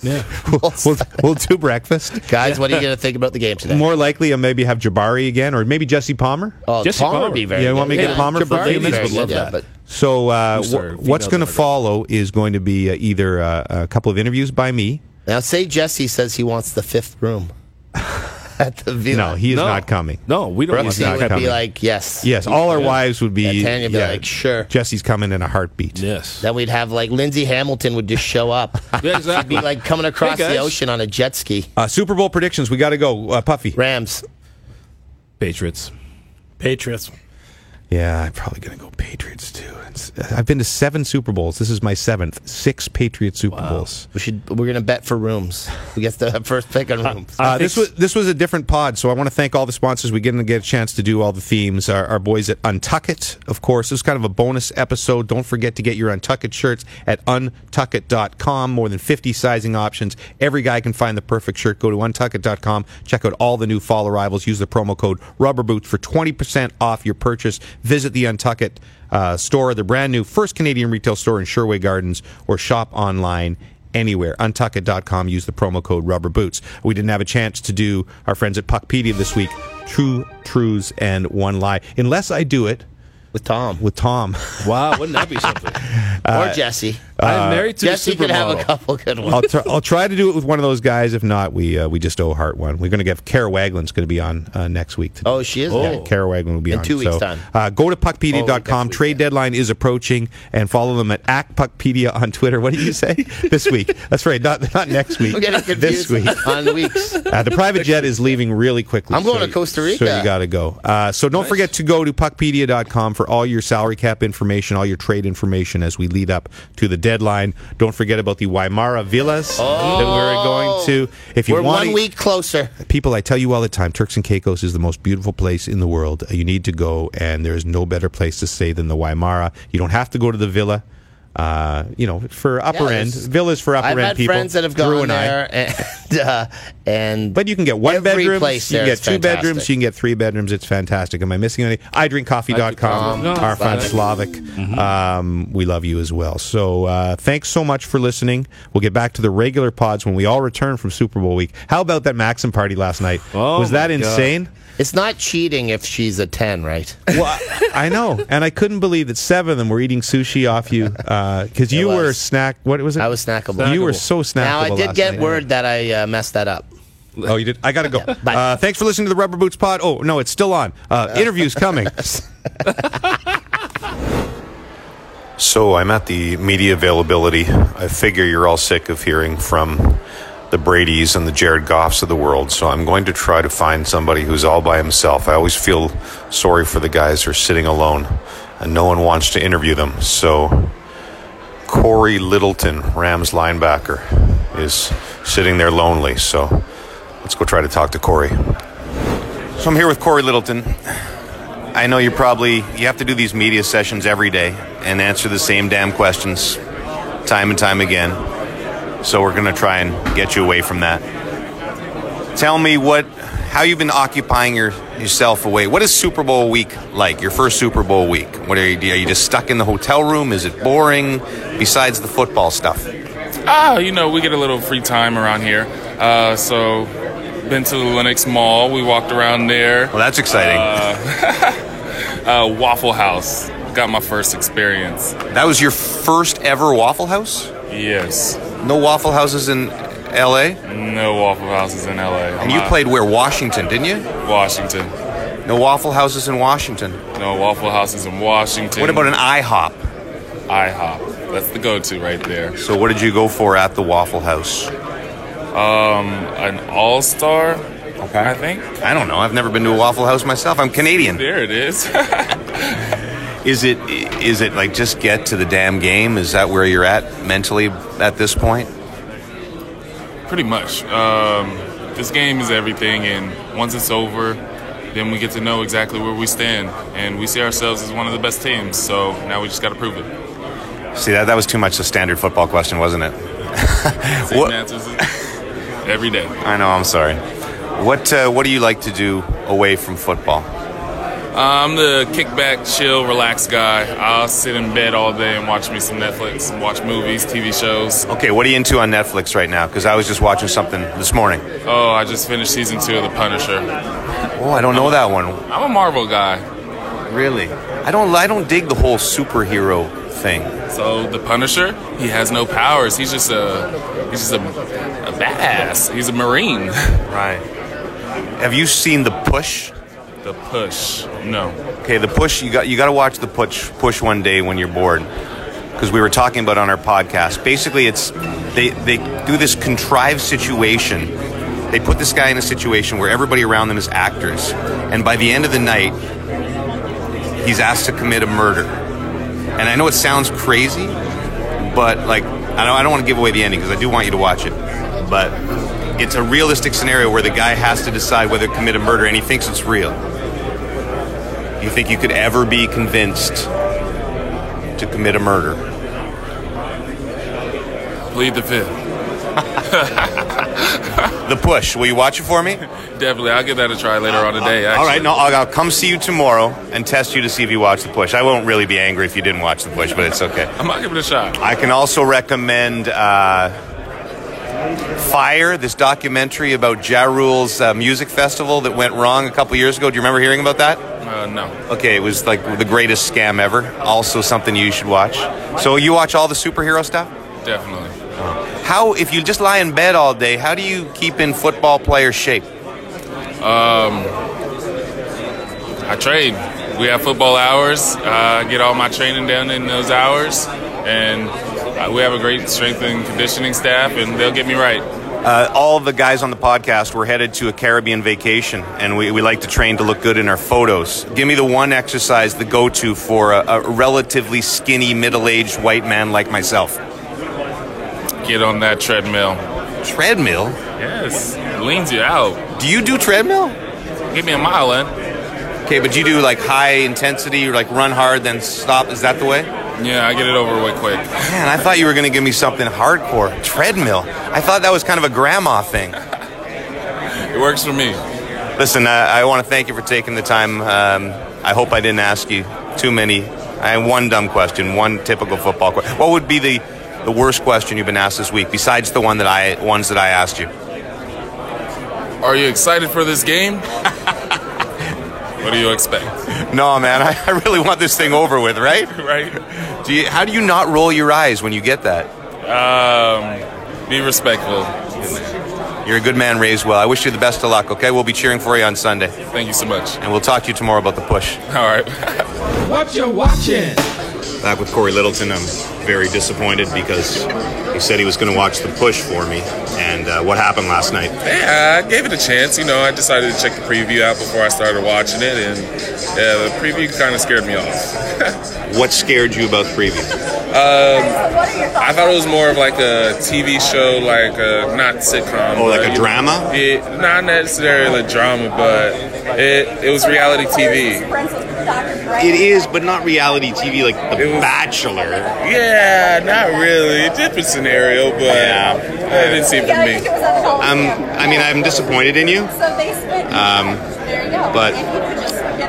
[SPEAKER 3] Yeah.
[SPEAKER 2] we'll, we'll, we'll do breakfast.
[SPEAKER 5] Guys, what are you going to think about the game today?
[SPEAKER 2] More likely, I'll maybe have Jabari again, or maybe Jesse Palmer.
[SPEAKER 5] oh,
[SPEAKER 3] Jesse
[SPEAKER 5] Palmer
[SPEAKER 3] Palmer.
[SPEAKER 5] would be very.
[SPEAKER 2] Yeah, you want
[SPEAKER 5] good.
[SPEAKER 2] me to get Palmer for
[SPEAKER 5] Jabari
[SPEAKER 2] ladies?
[SPEAKER 5] would be very
[SPEAKER 3] Would love
[SPEAKER 5] good,
[SPEAKER 3] that.
[SPEAKER 5] But
[SPEAKER 2] So uh,
[SPEAKER 3] Who's our
[SPEAKER 2] wh- what's
[SPEAKER 3] female
[SPEAKER 2] going to
[SPEAKER 3] demographic?
[SPEAKER 2] follow is going to be uh, either uh, a couple of interviews by me.
[SPEAKER 5] now, say Jesse says he wants the fifth room at the villa.
[SPEAKER 2] No, he is
[SPEAKER 3] No.
[SPEAKER 2] not coming.
[SPEAKER 3] No, we don't want
[SPEAKER 5] Brooksy
[SPEAKER 2] not
[SPEAKER 5] would
[SPEAKER 3] that.
[SPEAKER 2] coming.
[SPEAKER 5] be like, yes.
[SPEAKER 2] Yes, all our wives would be.
[SPEAKER 5] Yeah, Tanya be like, sure.
[SPEAKER 2] Jesse's coming in a heartbeat.
[SPEAKER 3] Yes.
[SPEAKER 5] Then we'd have like Lindsay Hamilton would just show up.
[SPEAKER 3] Yeah,
[SPEAKER 5] She'd
[SPEAKER 3] exactly.
[SPEAKER 5] be like coming across
[SPEAKER 3] Hey,
[SPEAKER 5] the
[SPEAKER 3] guys.
[SPEAKER 5] ocean on a jet ski.
[SPEAKER 2] Uh, Super Bowl predictions. We got to go, uh, Puffy.
[SPEAKER 5] Rams.
[SPEAKER 3] Patriots.
[SPEAKER 7] Patriots.
[SPEAKER 2] Yeah, I'm probably going to go Patriots too. It's, I've been to seven Super Bowls. This is my seventh. Six Patriot Super Bowls.
[SPEAKER 5] We should. We're gonna bet for rooms. We get the first pick on rooms.
[SPEAKER 2] Uh, this was this was a different pod, so I want to thank all the sponsors. We didn't get a chance to do all the themes. Our, our boys at Untuck It, of course. This is kind of a bonus episode. Don't forget to get your Untuck It shirts at untuckit.com. More than 50 sizing options. Every guy can find the perfect shirt. Go to untuckit.com. Check out all the new fall arrivals. Use the promo code RubberBoots for 20% off your purchase. Visit the Untuck It uh, store, the brand new first Canadian retail store in Sherway Gardens, or shop online anywhere. Untuckit.com. Use the promo code Rubber Boots. We didn't have a chance to do our friends at Puckpedia this week. True truths and one lie. Unless I do it
[SPEAKER 5] with Tom
[SPEAKER 2] with Tom.
[SPEAKER 3] Wow, wouldn't that be something?
[SPEAKER 5] or Jesse.
[SPEAKER 3] I'm married to
[SPEAKER 5] Jesse
[SPEAKER 3] a supermodel.
[SPEAKER 5] Uh, could have a couple good
[SPEAKER 2] Uh, I'll,
[SPEAKER 5] ones.
[SPEAKER 2] try, I'll try to do it with one of those guys. If not, we uh, we just owe Hart one. We're going to get Kara Wagland's going to be on uh, next week. Today.
[SPEAKER 5] Oh, she is.
[SPEAKER 2] Yeah, Kara Wagland will be
[SPEAKER 5] In
[SPEAKER 2] on.
[SPEAKER 5] two weeks'
[SPEAKER 2] so,
[SPEAKER 5] time.
[SPEAKER 2] Uh, go to puckpedia.com.
[SPEAKER 5] Oh, next
[SPEAKER 2] Trade
[SPEAKER 5] week, yeah.
[SPEAKER 2] deadline is approaching, and follow them at @puckpedia on Twitter. What did you say? this week. That's right. Not not next week.
[SPEAKER 5] I'm getting
[SPEAKER 2] this
[SPEAKER 5] confused
[SPEAKER 2] week.
[SPEAKER 5] on the weeks.
[SPEAKER 2] Uh, the private jet is leaving really quickly.
[SPEAKER 5] I'm going to Costa Rica.
[SPEAKER 2] So you got to go. Uh, so don't forget to go to puckpedia.com for all your salary cap information, all your trade information as we lead up to the deadline. Don't forget about the Waimara Villas that we're going to. If you
[SPEAKER 5] We're
[SPEAKER 2] want
[SPEAKER 5] one week closer.
[SPEAKER 2] people, I tell you all the time, Turks and Caicos is the most beautiful place in the world. You need to go, and there is no better place to stay than the Waimara. You don't have to go to the villa. Uh, you know, for upper
[SPEAKER 5] Yeah,
[SPEAKER 2] end
[SPEAKER 5] there's-
[SPEAKER 2] villas for upper
[SPEAKER 5] I've
[SPEAKER 2] end
[SPEAKER 5] had
[SPEAKER 2] people.
[SPEAKER 5] friends that have
[SPEAKER 2] Drew
[SPEAKER 5] gone
[SPEAKER 2] and I.
[SPEAKER 5] there. And and uh, and
[SPEAKER 2] But you can get one
[SPEAKER 5] every
[SPEAKER 2] bedroom,
[SPEAKER 5] place
[SPEAKER 2] you can
[SPEAKER 5] there
[SPEAKER 2] get
[SPEAKER 5] is
[SPEAKER 2] two bedrooms,
[SPEAKER 5] fantastic.
[SPEAKER 2] you can get three bedrooms. It's fantastic. Am I missing any? idrinkcoffee.com,
[SPEAKER 3] No,
[SPEAKER 2] our friend
[SPEAKER 3] Slavic.
[SPEAKER 2] Slavic.
[SPEAKER 5] Mm-hmm.
[SPEAKER 2] Um, we love you as well. So uh, thanks so much for listening. We'll get back to the regular pods when we all return from Super Bowl week. How about that Maxim party last night?
[SPEAKER 3] Oh
[SPEAKER 2] Was that
[SPEAKER 3] my God.
[SPEAKER 2] insane?
[SPEAKER 5] It's not cheating if she's a ten, right?
[SPEAKER 2] Well, I know, and I couldn't believe that seven of them were eating sushi off you because you
[SPEAKER 5] It
[SPEAKER 2] were
[SPEAKER 5] was.
[SPEAKER 2] snack. What was it?
[SPEAKER 5] I was snackable.
[SPEAKER 2] You were so snackable.
[SPEAKER 5] Now I did
[SPEAKER 2] last
[SPEAKER 5] get
[SPEAKER 2] night.
[SPEAKER 5] word that I uh, messed that up.
[SPEAKER 2] Oh, you did. I gotta go.
[SPEAKER 5] bye.
[SPEAKER 2] Uh, thanks for listening to the Rubber Boots Pod. Oh no, it's still on. Uh, interviews coming. so I'm at the media availability. I figure you're all sick of hearing from the Brady's and the Jared Goffs of the world. So I'm going to try to find somebody who's all by himself. I always feel sorry for the guys who are sitting alone, and no one wants to interview them. So Corey Littleton, Rams linebacker, is sitting there lonely. So let's go try to talk to Corey.
[SPEAKER 8] So I'm here with Corey Littleton. I know you probably you have to do these media sessions every day and answer the same damn questions time and time again. So we're going to try and get you away from that. Tell me what how you've been occupying your, yourself away. What is Super Bowl week like? Your first Super Bowl week. What are you are you just stuck in the hotel room? Is it boring besides the football stuff?
[SPEAKER 9] Ah, you know, we get a little free time around here. Uh, so, been to the Lenox Mall. We walked around there.
[SPEAKER 8] Well, that's exciting.
[SPEAKER 9] Uh, Waffle House. Got my first experience.
[SPEAKER 8] that was your first ever Waffle House?
[SPEAKER 9] Yes.
[SPEAKER 8] No Waffle Houses in LA?
[SPEAKER 9] No Waffle Houses in LA.
[SPEAKER 8] And you played where? Washington, didn't you?
[SPEAKER 9] Washington.
[SPEAKER 8] No waffle houses in Washington.
[SPEAKER 9] No Waffle Houses in Washington.
[SPEAKER 8] What about an IHOP?
[SPEAKER 9] IHOP? That's the go to right there.
[SPEAKER 8] So, what did you go for at the Waffle House?
[SPEAKER 9] Um, An All Star, okay. I think.
[SPEAKER 8] I don't know. I've never been to a Waffle House myself. I'm Canadian.
[SPEAKER 9] There it is.
[SPEAKER 8] Is it is it like just get to the damn game? Is that where you're at mentally at this point?
[SPEAKER 9] Pretty much. Um, this game is everything, and once it's over, then we get to know exactly where we stand, and we see ourselves as one of the best teams. So now we just got to prove it.
[SPEAKER 8] See that that was too much a standard football question, wasn't it?
[SPEAKER 9] Same
[SPEAKER 8] What-
[SPEAKER 9] answers every day.
[SPEAKER 8] I know. I'm sorry. What uh, what do you like to do away from football?
[SPEAKER 9] Uh, I'm the kickback, chill, relax guy. I'll sit in bed all day and watch me some Netflix, watch movies, TV shows.
[SPEAKER 8] Okay, what are you into on Netflix right now? Because I was just watching something this morning.
[SPEAKER 9] Oh, I just finished season two of The Punisher.
[SPEAKER 8] Oh, I don't know that one.
[SPEAKER 9] I'm a Marvel guy,
[SPEAKER 8] Really? I don't I don't dig the whole superhero thing.
[SPEAKER 9] So the Punisher, he has no powers. He's just a he's just a, a badass. He's a Marine.
[SPEAKER 8] Right. Have you seen the push?
[SPEAKER 9] The push. No.
[SPEAKER 8] Okay, the push. You got you got to watch the push push one day when you're bored, because we were talking about on our podcast. Basically, it's they they do this contrived situation. They put this guy in a situation where everybody around them is actors, and by the end of the night, he's asked to commit a murder. And I know it sounds crazy, but like I don't I don't want to give away the ending because I do want you to watch it, but. It's a realistic scenario where the guy has to decide whether to commit a murder, and he thinks it's real. Do you think you could ever be convinced to commit a murder?
[SPEAKER 9] Plead the fifth.
[SPEAKER 8] The push. Will you watch it for me?
[SPEAKER 9] Definitely. I'll give that a try later on today.
[SPEAKER 8] All
[SPEAKER 9] Actually.
[SPEAKER 8] right. No, I'll, I'll come see you tomorrow and test you to see if you watch the push. I won't really be angry if you didn't watch the push, but it's okay.
[SPEAKER 9] I might give it a shot.
[SPEAKER 8] I can also recommend uh, Fire, this documentary about Ja Rule's uh, music festival that went wrong a couple years ago. Do you remember hearing about that?
[SPEAKER 9] Uh, no.
[SPEAKER 8] Okay, it was like the greatest scam ever. Also, something you should watch. So, you watch all the superhero stuff?
[SPEAKER 9] Definitely.
[SPEAKER 8] How, if you just lie in bed all day, how do you keep in football player shape?
[SPEAKER 9] I trade. We have football hours. Uh, I get all my training done in those hours, and uh, we have a great strength and conditioning staff, and they'll get me right.
[SPEAKER 8] Uh, all of the guys on the podcast were headed to a Caribbean vacation, and we, we like to train to look good in our photos. Give me the one exercise, the go to for a, a relatively skinny, middle aged white man like myself.
[SPEAKER 9] Get on that treadmill.
[SPEAKER 8] Treadmill?
[SPEAKER 9] Yes. Leans you out.
[SPEAKER 8] Do you do treadmill?
[SPEAKER 9] Give me a mile in.
[SPEAKER 8] Okay, but you do like high intensity, or like run hard, then stop. Is that the way?
[SPEAKER 9] Yeah, I get it over with quick.
[SPEAKER 2] Man, I thought you were going to give me something hardcore. Treadmill. I thought that was kind of a grandma thing.
[SPEAKER 9] It works for me.
[SPEAKER 2] Listen, I, I want to thank you for taking the time. Um, I hope I didn't ask you too many. I have one dumb question, one typical football question. What would be the, the worst question you've been asked this week, besides the one that I ones that I asked you?
[SPEAKER 9] Are you excited for this game? what do you expect?
[SPEAKER 2] No, man, I, I really want this thing over with, right?
[SPEAKER 9] Right?
[SPEAKER 2] Do you, how do you not roll your eyes when you get that?
[SPEAKER 9] Um, be respectful.
[SPEAKER 2] You're a good man, raised well. I wish you the best of luck, okay? We'll be cheering for you on Sunday.
[SPEAKER 9] Thank you so much.
[SPEAKER 2] And we'll talk to you tomorrow about the push.
[SPEAKER 9] All right.
[SPEAKER 10] What you watching?
[SPEAKER 2] Back with Corey Littleton, I'm very disappointed because he said he was going to watch the push for me. And uh, what happened last night?
[SPEAKER 9] Yeah, I gave it a chance. You know, I decided to check the preview out before I started watching it, and yeah, the preview kind of scared me off.
[SPEAKER 2] What scared you about the preview?
[SPEAKER 9] I thought it was more of like a TV show, like a not sitcom.
[SPEAKER 2] Oh, like
[SPEAKER 9] but,
[SPEAKER 2] a
[SPEAKER 9] you know,
[SPEAKER 2] drama?
[SPEAKER 9] Yeah, not necessarily a drama, but it it was reality TV.
[SPEAKER 2] It is, but not reality TV like The
[SPEAKER 9] It was-
[SPEAKER 2] Bachelor.
[SPEAKER 9] Yeah, not really. A different scenario, but
[SPEAKER 2] Yeah.
[SPEAKER 9] it didn't seem for me.
[SPEAKER 2] Um, I mean, I'm disappointed in you. Um, but,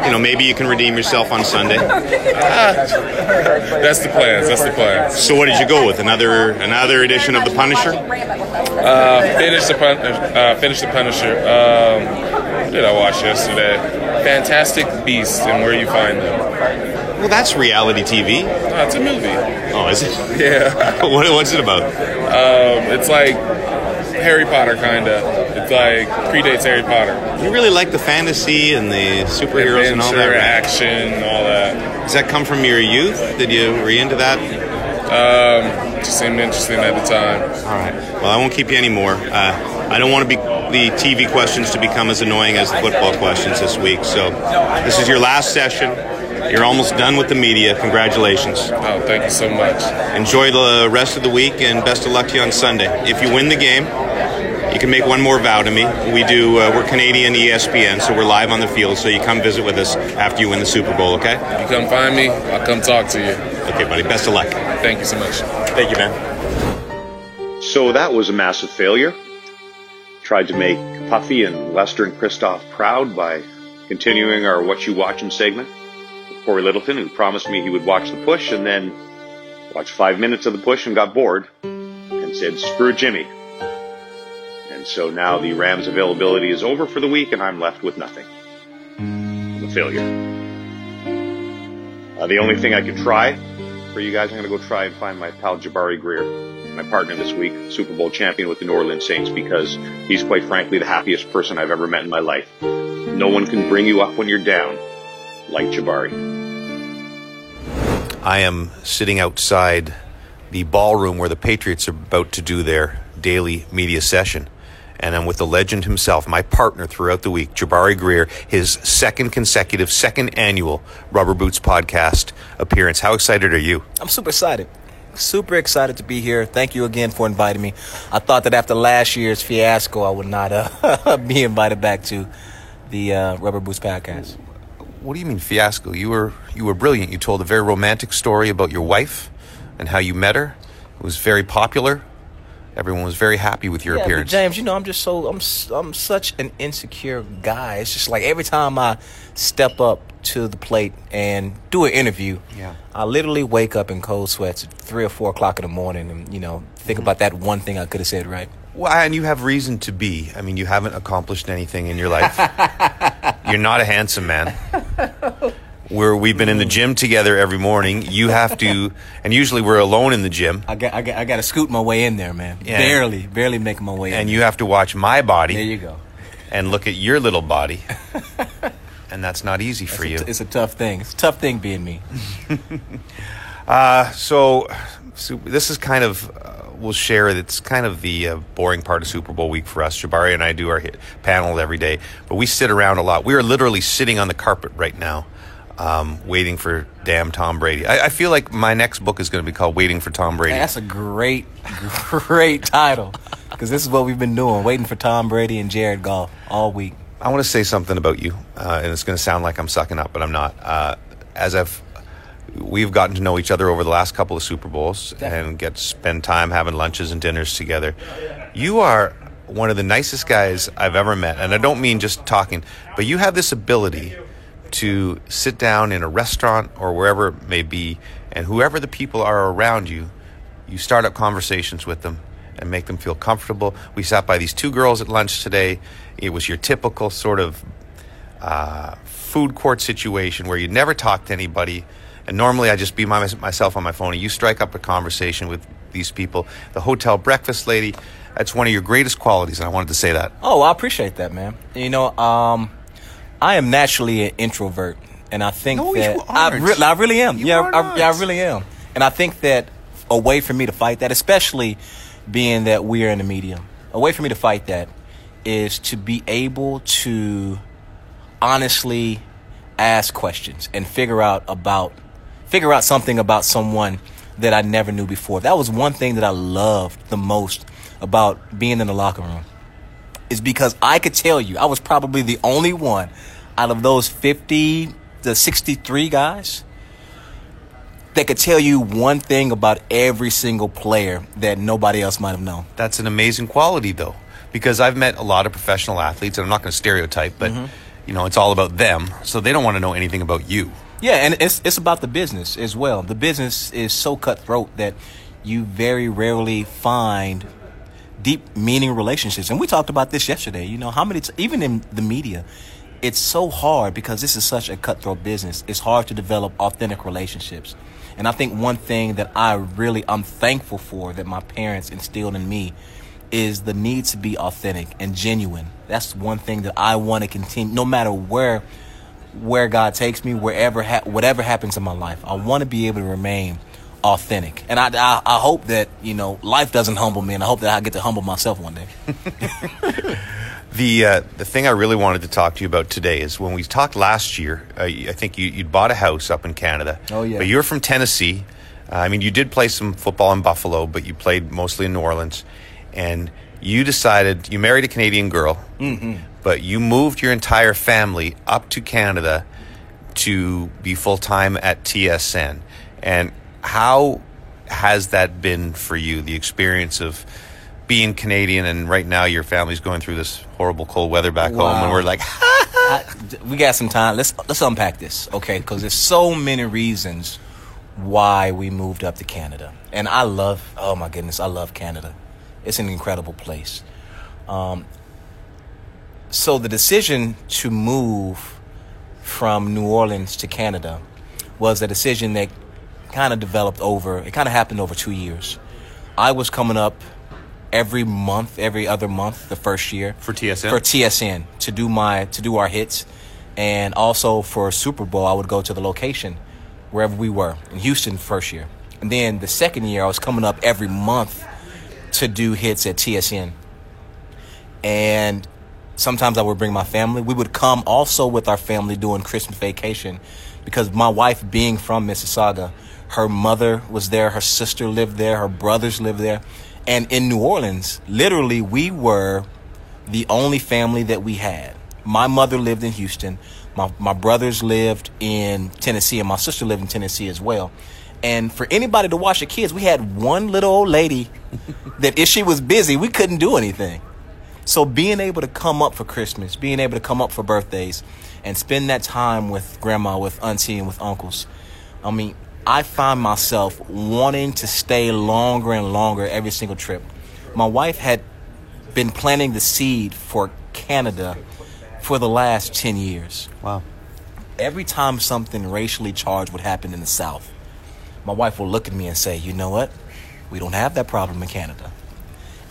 [SPEAKER 2] You know, maybe you can redeem yourself on Sunday.
[SPEAKER 9] Ah, That's the plans. That's the plans.
[SPEAKER 2] So what did you go with? Another another edition of The Punisher?
[SPEAKER 9] Uh, finish the pun- uh, finish the Punisher. Um, what did I watch yesterday? Fantastic Beasts and Where You Find Them.
[SPEAKER 2] Well, that's reality TV.
[SPEAKER 9] Oh, it's a movie.
[SPEAKER 2] Oh, is it?
[SPEAKER 9] Yeah.
[SPEAKER 2] What, what's it about?
[SPEAKER 9] Um, it's like Harry Potter, kinda. It's like predates Harry Potter.
[SPEAKER 2] You really like the fantasy and the superheroes and all that.
[SPEAKER 9] Adventure,
[SPEAKER 2] right?
[SPEAKER 9] action, all that.
[SPEAKER 2] Does that come from your youth? Did you were you into that?
[SPEAKER 9] Um, just seemed interesting at the time.
[SPEAKER 2] All right. Well, I won't keep you anymore. Uh, I don't want to be the TV questions to become as annoying as the football questions this week. So this is your last session. You're almost done with the media. Congratulations.
[SPEAKER 9] Oh, thank you so much.
[SPEAKER 2] Enjoy the rest of the week and best of luck to you on Sunday. If you win the game, you can make one more vow to me. We do. Uh, we're Canadian ESPN, so we're live on the field. So you come visit with us after you win the Super Bowl. Okay?
[SPEAKER 9] You come find me, I'll come talk to you.
[SPEAKER 2] Okay, buddy. Best of luck.
[SPEAKER 9] Thank you so much.
[SPEAKER 2] Thank you, man. So that was a massive failure. Tried to make Puffy and Lester and Kristoff proud by continuing our What You Watching segment. Corey Littleton, who promised me he would watch The Push and then watched five minutes of The Push and got bored and said, screw Jimmy. And so now the Rams availability is over for the week and I'm left with nothing. I'm a failure. Uh, the only thing I could try for you guys, I'm going to go try and find my pal Jabari Greer, my partner this week, Super Bowl champion with the New Orleans Saints, because he's quite frankly the happiest person I've ever met in my life. No one can bring you up when you're down like Jabari. I am sitting outside the ballroom where the Patriots are about to do their daily media session. And I'm with the legend himself, my partner throughout the week, Jabari Greer, his second consecutive, second annual Rubber Boots podcast appearance. How excited are you?
[SPEAKER 8] I'm super excited. Super excited to be here. Thank you again for inviting me. I thought that after last year's fiasco, I would not uh, be invited back to the uh, Rubber Boots podcast.
[SPEAKER 2] What do you mean fiasco? You were you were brilliant. You told a very romantic story about your wife and how you met her. It was very popular. Everyone was very happy with your
[SPEAKER 8] Yeah, but
[SPEAKER 2] appearance.
[SPEAKER 8] James, you know, I'm just so I'm s- I'm such an insecure guy. It's just like every time I step up to the plate and do an interview,
[SPEAKER 2] Yeah.
[SPEAKER 8] I literally wake up in cold sweats at three or four o'clock in the morning, and you know, think about that one thing I could have said right.
[SPEAKER 2] Well, and you have reason to be. I mean, you haven't accomplished anything in your life. You're not a handsome man. Where we've been in the gym together every morning. You have to, and usually we're alone in the gym,
[SPEAKER 8] I got I got I got to scoot my way in there, man.
[SPEAKER 2] Yeah.
[SPEAKER 8] Barely, barely making my way. in.
[SPEAKER 2] and you have to watch my
[SPEAKER 8] there
[SPEAKER 2] body
[SPEAKER 8] you go.
[SPEAKER 2] and look at your little body, and that's not easy for you.
[SPEAKER 8] It's a, it's a tough thing. It's a tough thing being me.
[SPEAKER 2] So, so this is kind of uh, we'll share. it. It's kind of the uh, boring part of Super Bowl week for us. Jabari and I do our hit panel every day, but we sit around a lot. We are literally sitting on the carpet right now, um, waiting for damn Tom Brady. I, I feel like my next book is going to be called "Waiting for Tom Brady."
[SPEAKER 8] That's a great, great title because this is what we've been doing, waiting for Tom Brady and Jared Goff all week.
[SPEAKER 2] I want to say something about you, uh, and it's going to sound like I'm sucking up, but I'm not. Uh, as I've we've gotten to know each other over the last couple of Super Bowls and get to spend time having lunches and dinners together. You are one of the nicest guys I've ever met, and I don't mean just talking, but you have this ability to sit down in a restaurant or wherever it may be, and whoever the people are around you, you start up conversations with them and make them feel comfortable. We sat by these two girls at lunch today. It was your typical sort of uh, food court situation where you never talk to anybody. And normally I just be my, myself on my phone. And you strike up a conversation with these people. The hotel breakfast lady, that's one of your greatest qualities. And I wanted to say that.
[SPEAKER 11] Oh, I appreciate that, man. You know, um, I am naturally an introvert, and I think
[SPEAKER 2] No,
[SPEAKER 11] that
[SPEAKER 2] you
[SPEAKER 11] I,
[SPEAKER 2] aren't.
[SPEAKER 11] re- I really am.
[SPEAKER 2] You
[SPEAKER 11] yeah,
[SPEAKER 2] are
[SPEAKER 11] I,
[SPEAKER 2] not.
[SPEAKER 11] yeah, I really am. And I think that a way for me to fight that, especially being that we are in the media, a way for me to fight that is to be able to honestly ask questions and figure out about figure out something about someone that I never knew before. That was one thing that I loved the most about being in the locker room is because I could tell you I was probably the only one out of those 50 to 63 guys that could tell you one thing about every single player that nobody else might have known.
[SPEAKER 2] That's an amazing quality, though, because I've met a lot of professional athletes, and I'm not going to stereotype, but you know, it's all about them, so they don't want to know anything about you.
[SPEAKER 11] Yeah, and it's it's about the business as well. The business is so cutthroat that you very rarely find deep meaning relationships. And we talked about this yesterday. You know, how many t- even in the media, it's so hard because this is such a cutthroat business. It's hard to develop authentic relationships. And I think one thing that I really I'm thankful for that my parents instilled in me is the need to be authentic and genuine. That's one thing that I want to continue no matter where where God takes me, wherever ha- whatever happens in my life. I want to be able to remain authentic, and I, I I hope that you know life doesn't humble me, and I hope that I get to humble myself one day.
[SPEAKER 2] The uh, the thing I really wanted to talk to you about today is when we talked last year. Uh, I think you you'd bought a house up in Canada.
[SPEAKER 11] Oh, yeah.
[SPEAKER 2] But you're from Tennessee. Uh, I mean, you did play some football in Buffalo, but you played mostly in New Orleans, and you decided you married a Canadian girl, but you moved your entire family up to Canada to be full time at TSN. And how has that been for you? The experience of being Canadian, and right now your family's going through this horrible cold weather back home, and
[SPEAKER 11] Wow.
[SPEAKER 2] we're like,
[SPEAKER 11] I- we got some time. Let's let's unpack this, okay? Because there's so many reasons why we moved up to Canada, and I love. Oh my goodness, I love Canada. It's an incredible place. Um, so the decision to move from New Orleans to Canada was a decision that kind of developed over. It kind of happened over two years. I was coming up every month, every other month, the first year
[SPEAKER 2] for TSN?
[SPEAKER 11] for TSN to do my to do our hits, and also for Super Bowl, I would go to the location wherever we were in Houston first year, and then the second year I was coming up every month to do hits at TSN, and sometimes I would bring my family. We would come also with our family doing Christmas vacation because my wife being from Mississauga, her mother was there, her sister lived there, her brothers lived there. And in New Orleans, literally we were the only family that we had. My mother lived in Houston, my my brothers lived in Tennessee, and my sister lived in Tennessee as well. And for anybody to watch the kids, we had one little old lady that if she was busy, we couldn't do anything. So being able to come up for Christmas, being able to come up for birthdays, and spend that time with grandma, with auntie, and with uncles, I mean, I find myself wanting to stay longer and longer every single trip. My wife had been planting the seed for Canada for the last 10 years.
[SPEAKER 2] Wow.
[SPEAKER 11] Every time something racially charged would happen in the South, my wife will look at me and say, You know what? We don't have that problem in Canada.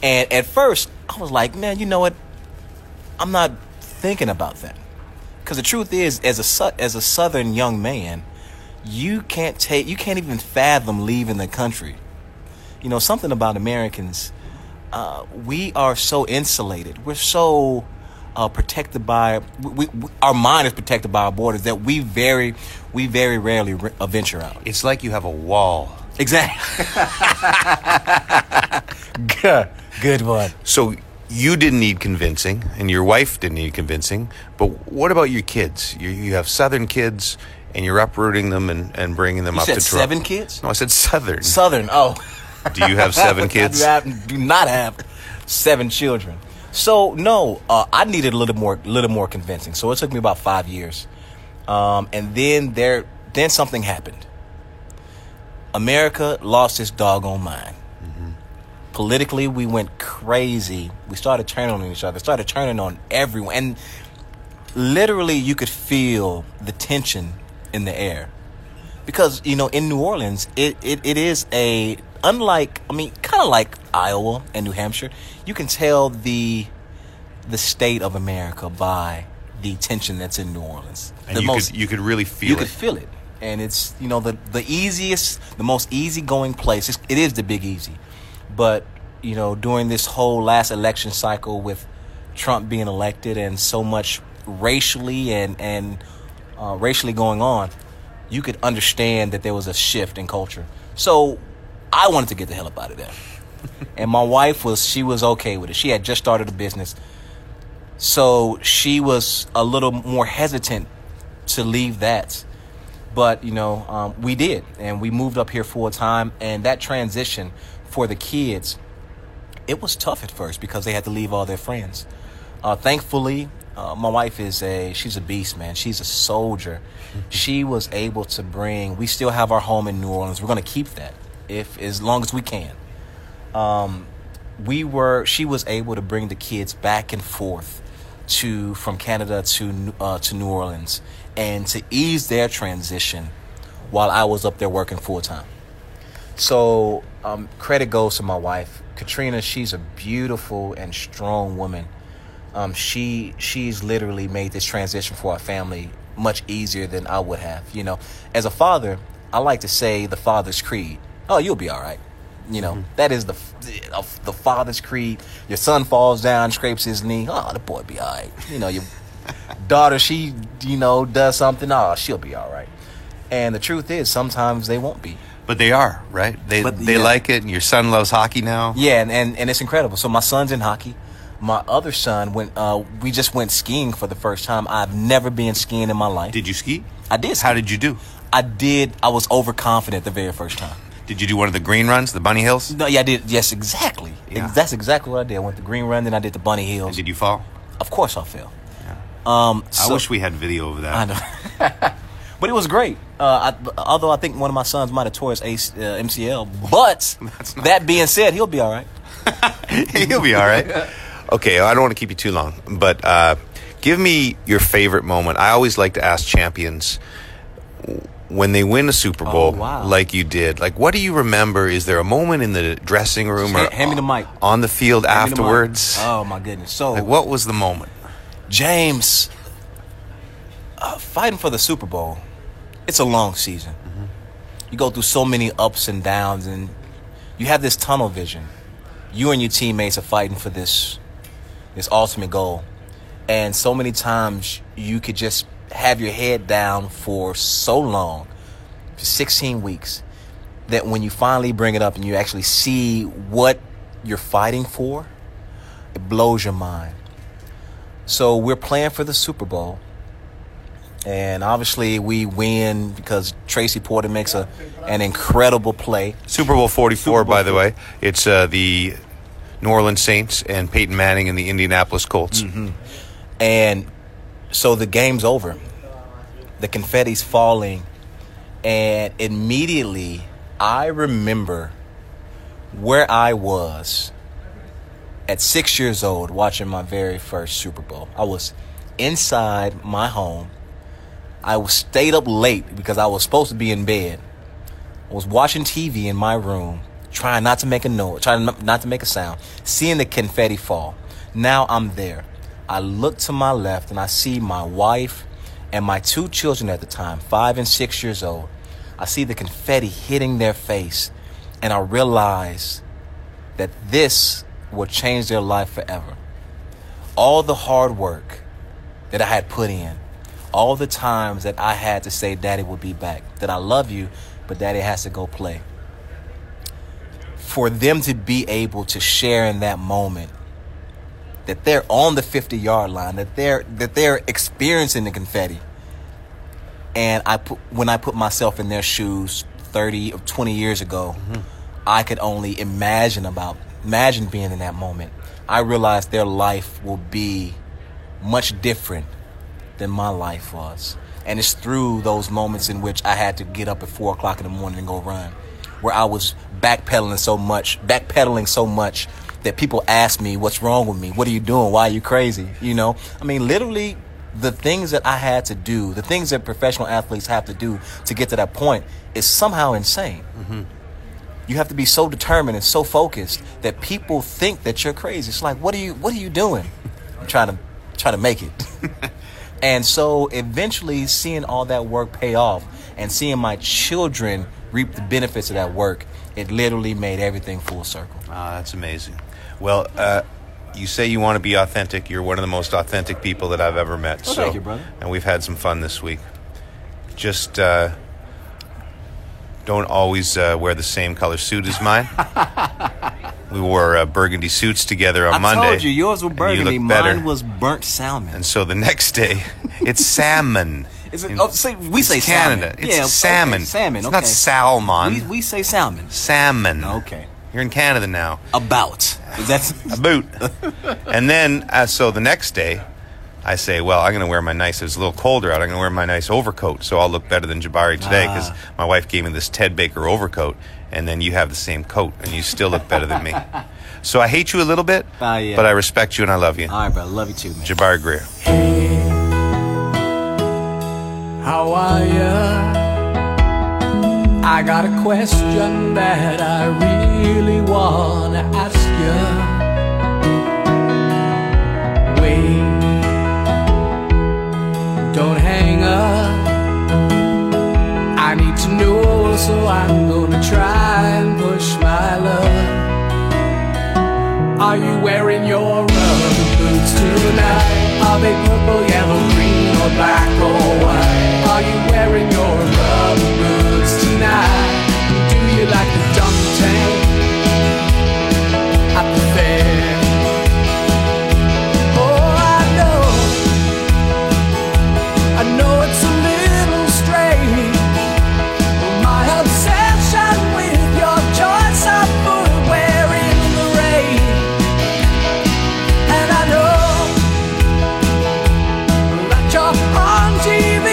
[SPEAKER 11] And at first, I was like, man, you know what? I'm not thinking about that. Because the truth is, as a sou- as a Southern young man, you can't take, you can't even fathom leaving the country. You know something about Americans. Uh, we are so insulated. We're so uh, protected by we, we, our mind is protected by our borders that we very we very rarely re- uh, venture out.
[SPEAKER 2] It's like you have a wall.
[SPEAKER 11] Exactly. good, good one.
[SPEAKER 2] So you didn't need convincing, and your wife didn't need convincing. But what about your kids? You, you have Southern kids, and you're uprooting them and, and bringing them
[SPEAKER 8] You
[SPEAKER 2] up to
[SPEAKER 8] said
[SPEAKER 2] Toronto.
[SPEAKER 8] seven kids?
[SPEAKER 2] No, I said Southern.
[SPEAKER 8] Southern. Oh.
[SPEAKER 2] Do you have seven kids?
[SPEAKER 8] I do, have, do not have seven children. So no, uh, I needed a little more, little more convincing. So it took me about five years, um, and then there, then something happened. America lost its doggone mind. Politically, we went crazy. We started turning on each other. Started turning on everyone, and literally, you could feel the tension in the air because you know in New Orleans it, it, it is a unlike I mean kind of like Iowa and New Hampshire you can tell the the state of America by the tension that's in New Orleans
[SPEAKER 2] And
[SPEAKER 8] the
[SPEAKER 2] you could you could really feel
[SPEAKER 8] you
[SPEAKER 2] it.
[SPEAKER 8] could feel it and it's you know the the easiest the most easygoing place it's, it is the big easy but you know during this whole last election cycle with Trump being elected and so much racially and and uh, racially going on you could understand that there was a shift in culture so I wanted to get the hell up out of there and my wife was she was okay with it she had just started a business so she was a little more hesitant to leave that but you know um, we did and we moved up here full time and that transition for the kids it was tough at first because they had to leave all their friends uh, thankfully uh, my wife is a she's a beast man she's a soldier she was able to bring we still have our home in new orleans we're going to keep that if as long as we can um, we were she was able to bring the kids back and forth to from Canada to uh, to New Orleans and to ease their transition while I was up there working full time. So um, credit goes to my wife Katrina. She's a beautiful and strong woman. Um, she she's literally made this transition for our family much easier than I would have. You know, as a father, I like to say the father's creed. Oh, you'll be all right. You know, that is the of the father's creed. Your son falls down, scrapes his knee. Oh, the boy be all right. You know, your daughter, she you know does something. Oh, she'll be all right. And the truth is, sometimes they won't be.
[SPEAKER 2] But they are right. They
[SPEAKER 8] But-
[SPEAKER 2] they
[SPEAKER 8] yeah.
[SPEAKER 2] like it, and your son loves hockey now.
[SPEAKER 8] Yeah, and, and, and it's incredible. So my son's in hockey. My other son went. Uh, we just went skiing for the first time. I've never been skiing in my life.
[SPEAKER 2] Did you ski?
[SPEAKER 8] I did. Ski.
[SPEAKER 2] How did you do?
[SPEAKER 8] I did. I was overconfident the very first time.
[SPEAKER 2] Did you do one of the green runs, the bunny hills?
[SPEAKER 8] No, yeah, I did. Yes, exactly.
[SPEAKER 2] Yeah.
[SPEAKER 8] Ex- That's exactly what I did. I went the green run, then I did the bunny hills.
[SPEAKER 2] Did you fall?
[SPEAKER 8] Of course, I fell. Um,
[SPEAKER 2] I
[SPEAKER 8] so-
[SPEAKER 2] wish we had video of that.
[SPEAKER 8] I know. but it was great. Uh, I, although I think one of my sons might have tore his AC, uh, MCL. But that being said, he'll be all right.
[SPEAKER 2] You'll be all right. Okay, I don't want to keep you too long, but uh, give me your favorite moment. I always like to ask champions when they win a Super Bowl,
[SPEAKER 8] Oh, wow.
[SPEAKER 2] like you did. Like, what do you remember? Is there a moment in the dressing room or
[SPEAKER 8] Hand- hand me the mic.
[SPEAKER 2] on the field
[SPEAKER 8] Hand me the mic.
[SPEAKER 2] afterwards?
[SPEAKER 8] Oh my goodness. So
[SPEAKER 2] Like, what was the moment?
[SPEAKER 8] James, uh, fighting for the Super Bowl, it's a long season. You go through so many ups and downs, and you have this tunnel vision. You and your teammates are fighting for this, this ultimate goal, and so many times you could just have your head down for so long, for 16 weeks, that when you finally bring it up and you actually see what you're fighting for, it blows your mind. So we're playing for the Super Bowl. And obviously we win because Tracy Porter makes a an incredible play.
[SPEAKER 2] Super Bowl 44, by the way. It's uh, the New Orleans Saints and Peyton Manning and the Indianapolis Colts.
[SPEAKER 8] Mm-hmm. And so the game's over. The confetti's falling. And immediately I remember where I was at six years old watching my very first Super Bowl. I was inside my home. I was stayed up late because I was supposed to be in bed. I was watching TV in my room, trying not to make a noise, trying not- not to make a sound, seeing the confetti fall. Now I'm there. I look to my left and I see my wife and my two children at the time, five and six years old. I see the confetti hitting their face, and I realize that this will change their life forever. All the hard work that I had put in, all the times that I had to say, Daddy will be back, that I love you, but Daddy has to go play. For them to be able to share in that moment, that they're on the 50 yard line, that they're, that they're experiencing the confetti, And I put, when I put myself in their shoes 30 or 20 years ago, I could only imagine about imagine being in that moment. I realized their life will be much different than my life was. And it's through those moments in which I had to get up at four o'clock in the morning and go run, where I was backpedaling so much, backpedaling so much that people asked me, What's wrong with me? What are you doing? Why are you crazy? You know, I mean, literally, the things that I had to do, the things that professional athletes have to do to get to that point is somehow insane. You have to be so determined and so focused that people think that you're crazy. It's like, what are you what are you doing? I'm trying to trying to make it. and so eventually seeing all that work pay off and seeing my children reap the benefits of that work, it literally made everything full circle.
[SPEAKER 2] Ah, that's amazing. Well, uh, you say you want to be authentic. You're one of the most authentic people that I've ever met.
[SPEAKER 8] Well,
[SPEAKER 2] so,
[SPEAKER 8] thank you, brother.
[SPEAKER 2] And we've had some fun this week. Just uh, don't always uh, wear the same color suit as mine. we wore uh, burgundy suits together on
[SPEAKER 8] I
[SPEAKER 2] Monday.
[SPEAKER 8] told you yours were
[SPEAKER 2] and
[SPEAKER 8] burgundy,
[SPEAKER 2] look better.
[SPEAKER 8] mine was burnt salmon.
[SPEAKER 2] And so the next day, it's salmon.
[SPEAKER 8] Is it,
[SPEAKER 2] In-
[SPEAKER 8] oh, see, we
[SPEAKER 2] it's
[SPEAKER 8] say
[SPEAKER 2] Canada.
[SPEAKER 8] salmon.
[SPEAKER 2] It's
[SPEAKER 8] yeah, okay,
[SPEAKER 2] salmon.
[SPEAKER 8] salmon.
[SPEAKER 2] It's
[SPEAKER 8] okay.
[SPEAKER 2] not salmon.
[SPEAKER 8] We, we say salmon.
[SPEAKER 2] salmon.
[SPEAKER 8] Okay.
[SPEAKER 2] You're in Canada now.
[SPEAKER 8] About. Is that
[SPEAKER 2] a boot. and then, uh, so the next day, I say, well, I'm going to wear my nice, it's a little colder out. I'm going to wear my nice overcoat. So I'll look better than Jabari today
[SPEAKER 8] Ah.
[SPEAKER 2] because my wife gave me this Ted Baker overcoat. And then you have the same coat and you still look better than me. So I hate you a little bit,
[SPEAKER 8] Ah, yeah. Ah.
[SPEAKER 2] but I respect you and I love you.
[SPEAKER 8] All right, bro. Love you too, man.
[SPEAKER 2] Jabari Greer.
[SPEAKER 10] How are ya? I got a question that I really wanna ask ya. Wait, don't hang up. I need to know, so I'm gonna try and push my luck. Are you wearing your rubber boots tonight? Are they purple, yellow, green, or black or white? Are you wearing your rubber boots tonight? Do you like the dump tank at the fair? Oh, I know, I know it's a little strange. My obsession with your choice of footwear in the rain. And I know that you're on TV,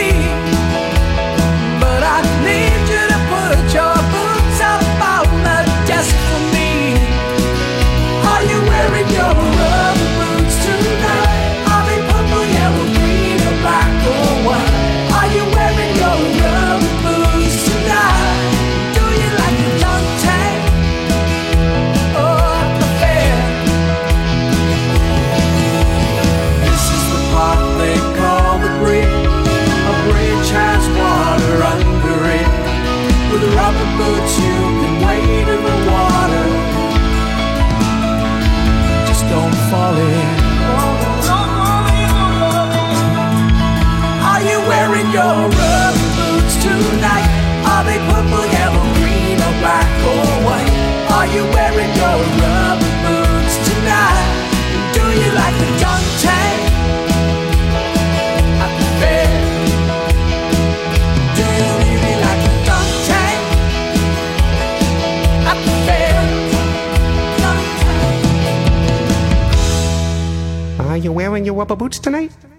[SPEAKER 10] but I need you to put your boots up on the desk for me. Are you wearing your rubber boots tonight? Are they purple, yellow, green, or black or white? Are you wearing your rubber boots tonight? Do you like the dunk tank or the fair? This is the part they call the bridge. A bridge has water under it. With rubber boots, you can wade in the water. Just don't fall in. Are you wearing your rubber boots tonight? Are they purple, yellow, green, or black or white? Are you wearing your rubber boots tonight? Do you like the dunk tank? At the fair? Do you really like the dunk tank? At the fair? Dunk tank.
[SPEAKER 12] Are you wearing your rubber boots tonight?